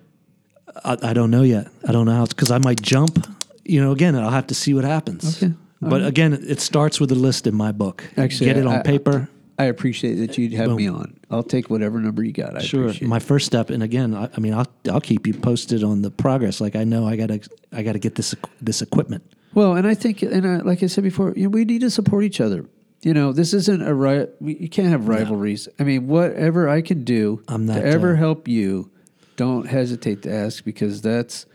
Speaker 2: I, I don't know yet. I don't know how because I might jump. You know, again, I'll have to see what happens.
Speaker 1: Okay.
Speaker 2: But again, it starts with a list in my book.
Speaker 1: Actually,
Speaker 2: get it on
Speaker 1: I-
Speaker 2: paper.
Speaker 1: I appreciate that you'd have me on. I'll take whatever number you got. I
Speaker 2: Sure.
Speaker 1: appreciate
Speaker 2: My first step, and again, I, I mean, I'll, I'll keep you posted on the progress. Like I know I gotta I gotta get this equ- this equipment.
Speaker 1: Well, and I think, and I, like I said before, you know, we need to support each other. You know, this isn't a right. You can't have rivalries. I mean, whatever I can do
Speaker 2: I'm not,
Speaker 1: to ever
Speaker 2: uh,
Speaker 1: help you, don't hesitate to ask because that's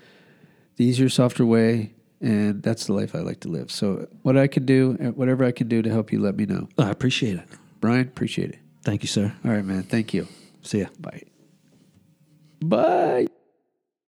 Speaker 1: the easier, softer way, and that's the life I like to live. So, what I can do, and whatever I can do to help you, let me know.
Speaker 2: I appreciate it.
Speaker 1: Brian, appreciate it.
Speaker 2: Thank you, sir.
Speaker 1: All right, man. Thank you.
Speaker 2: See ya.
Speaker 1: Bye. Bye.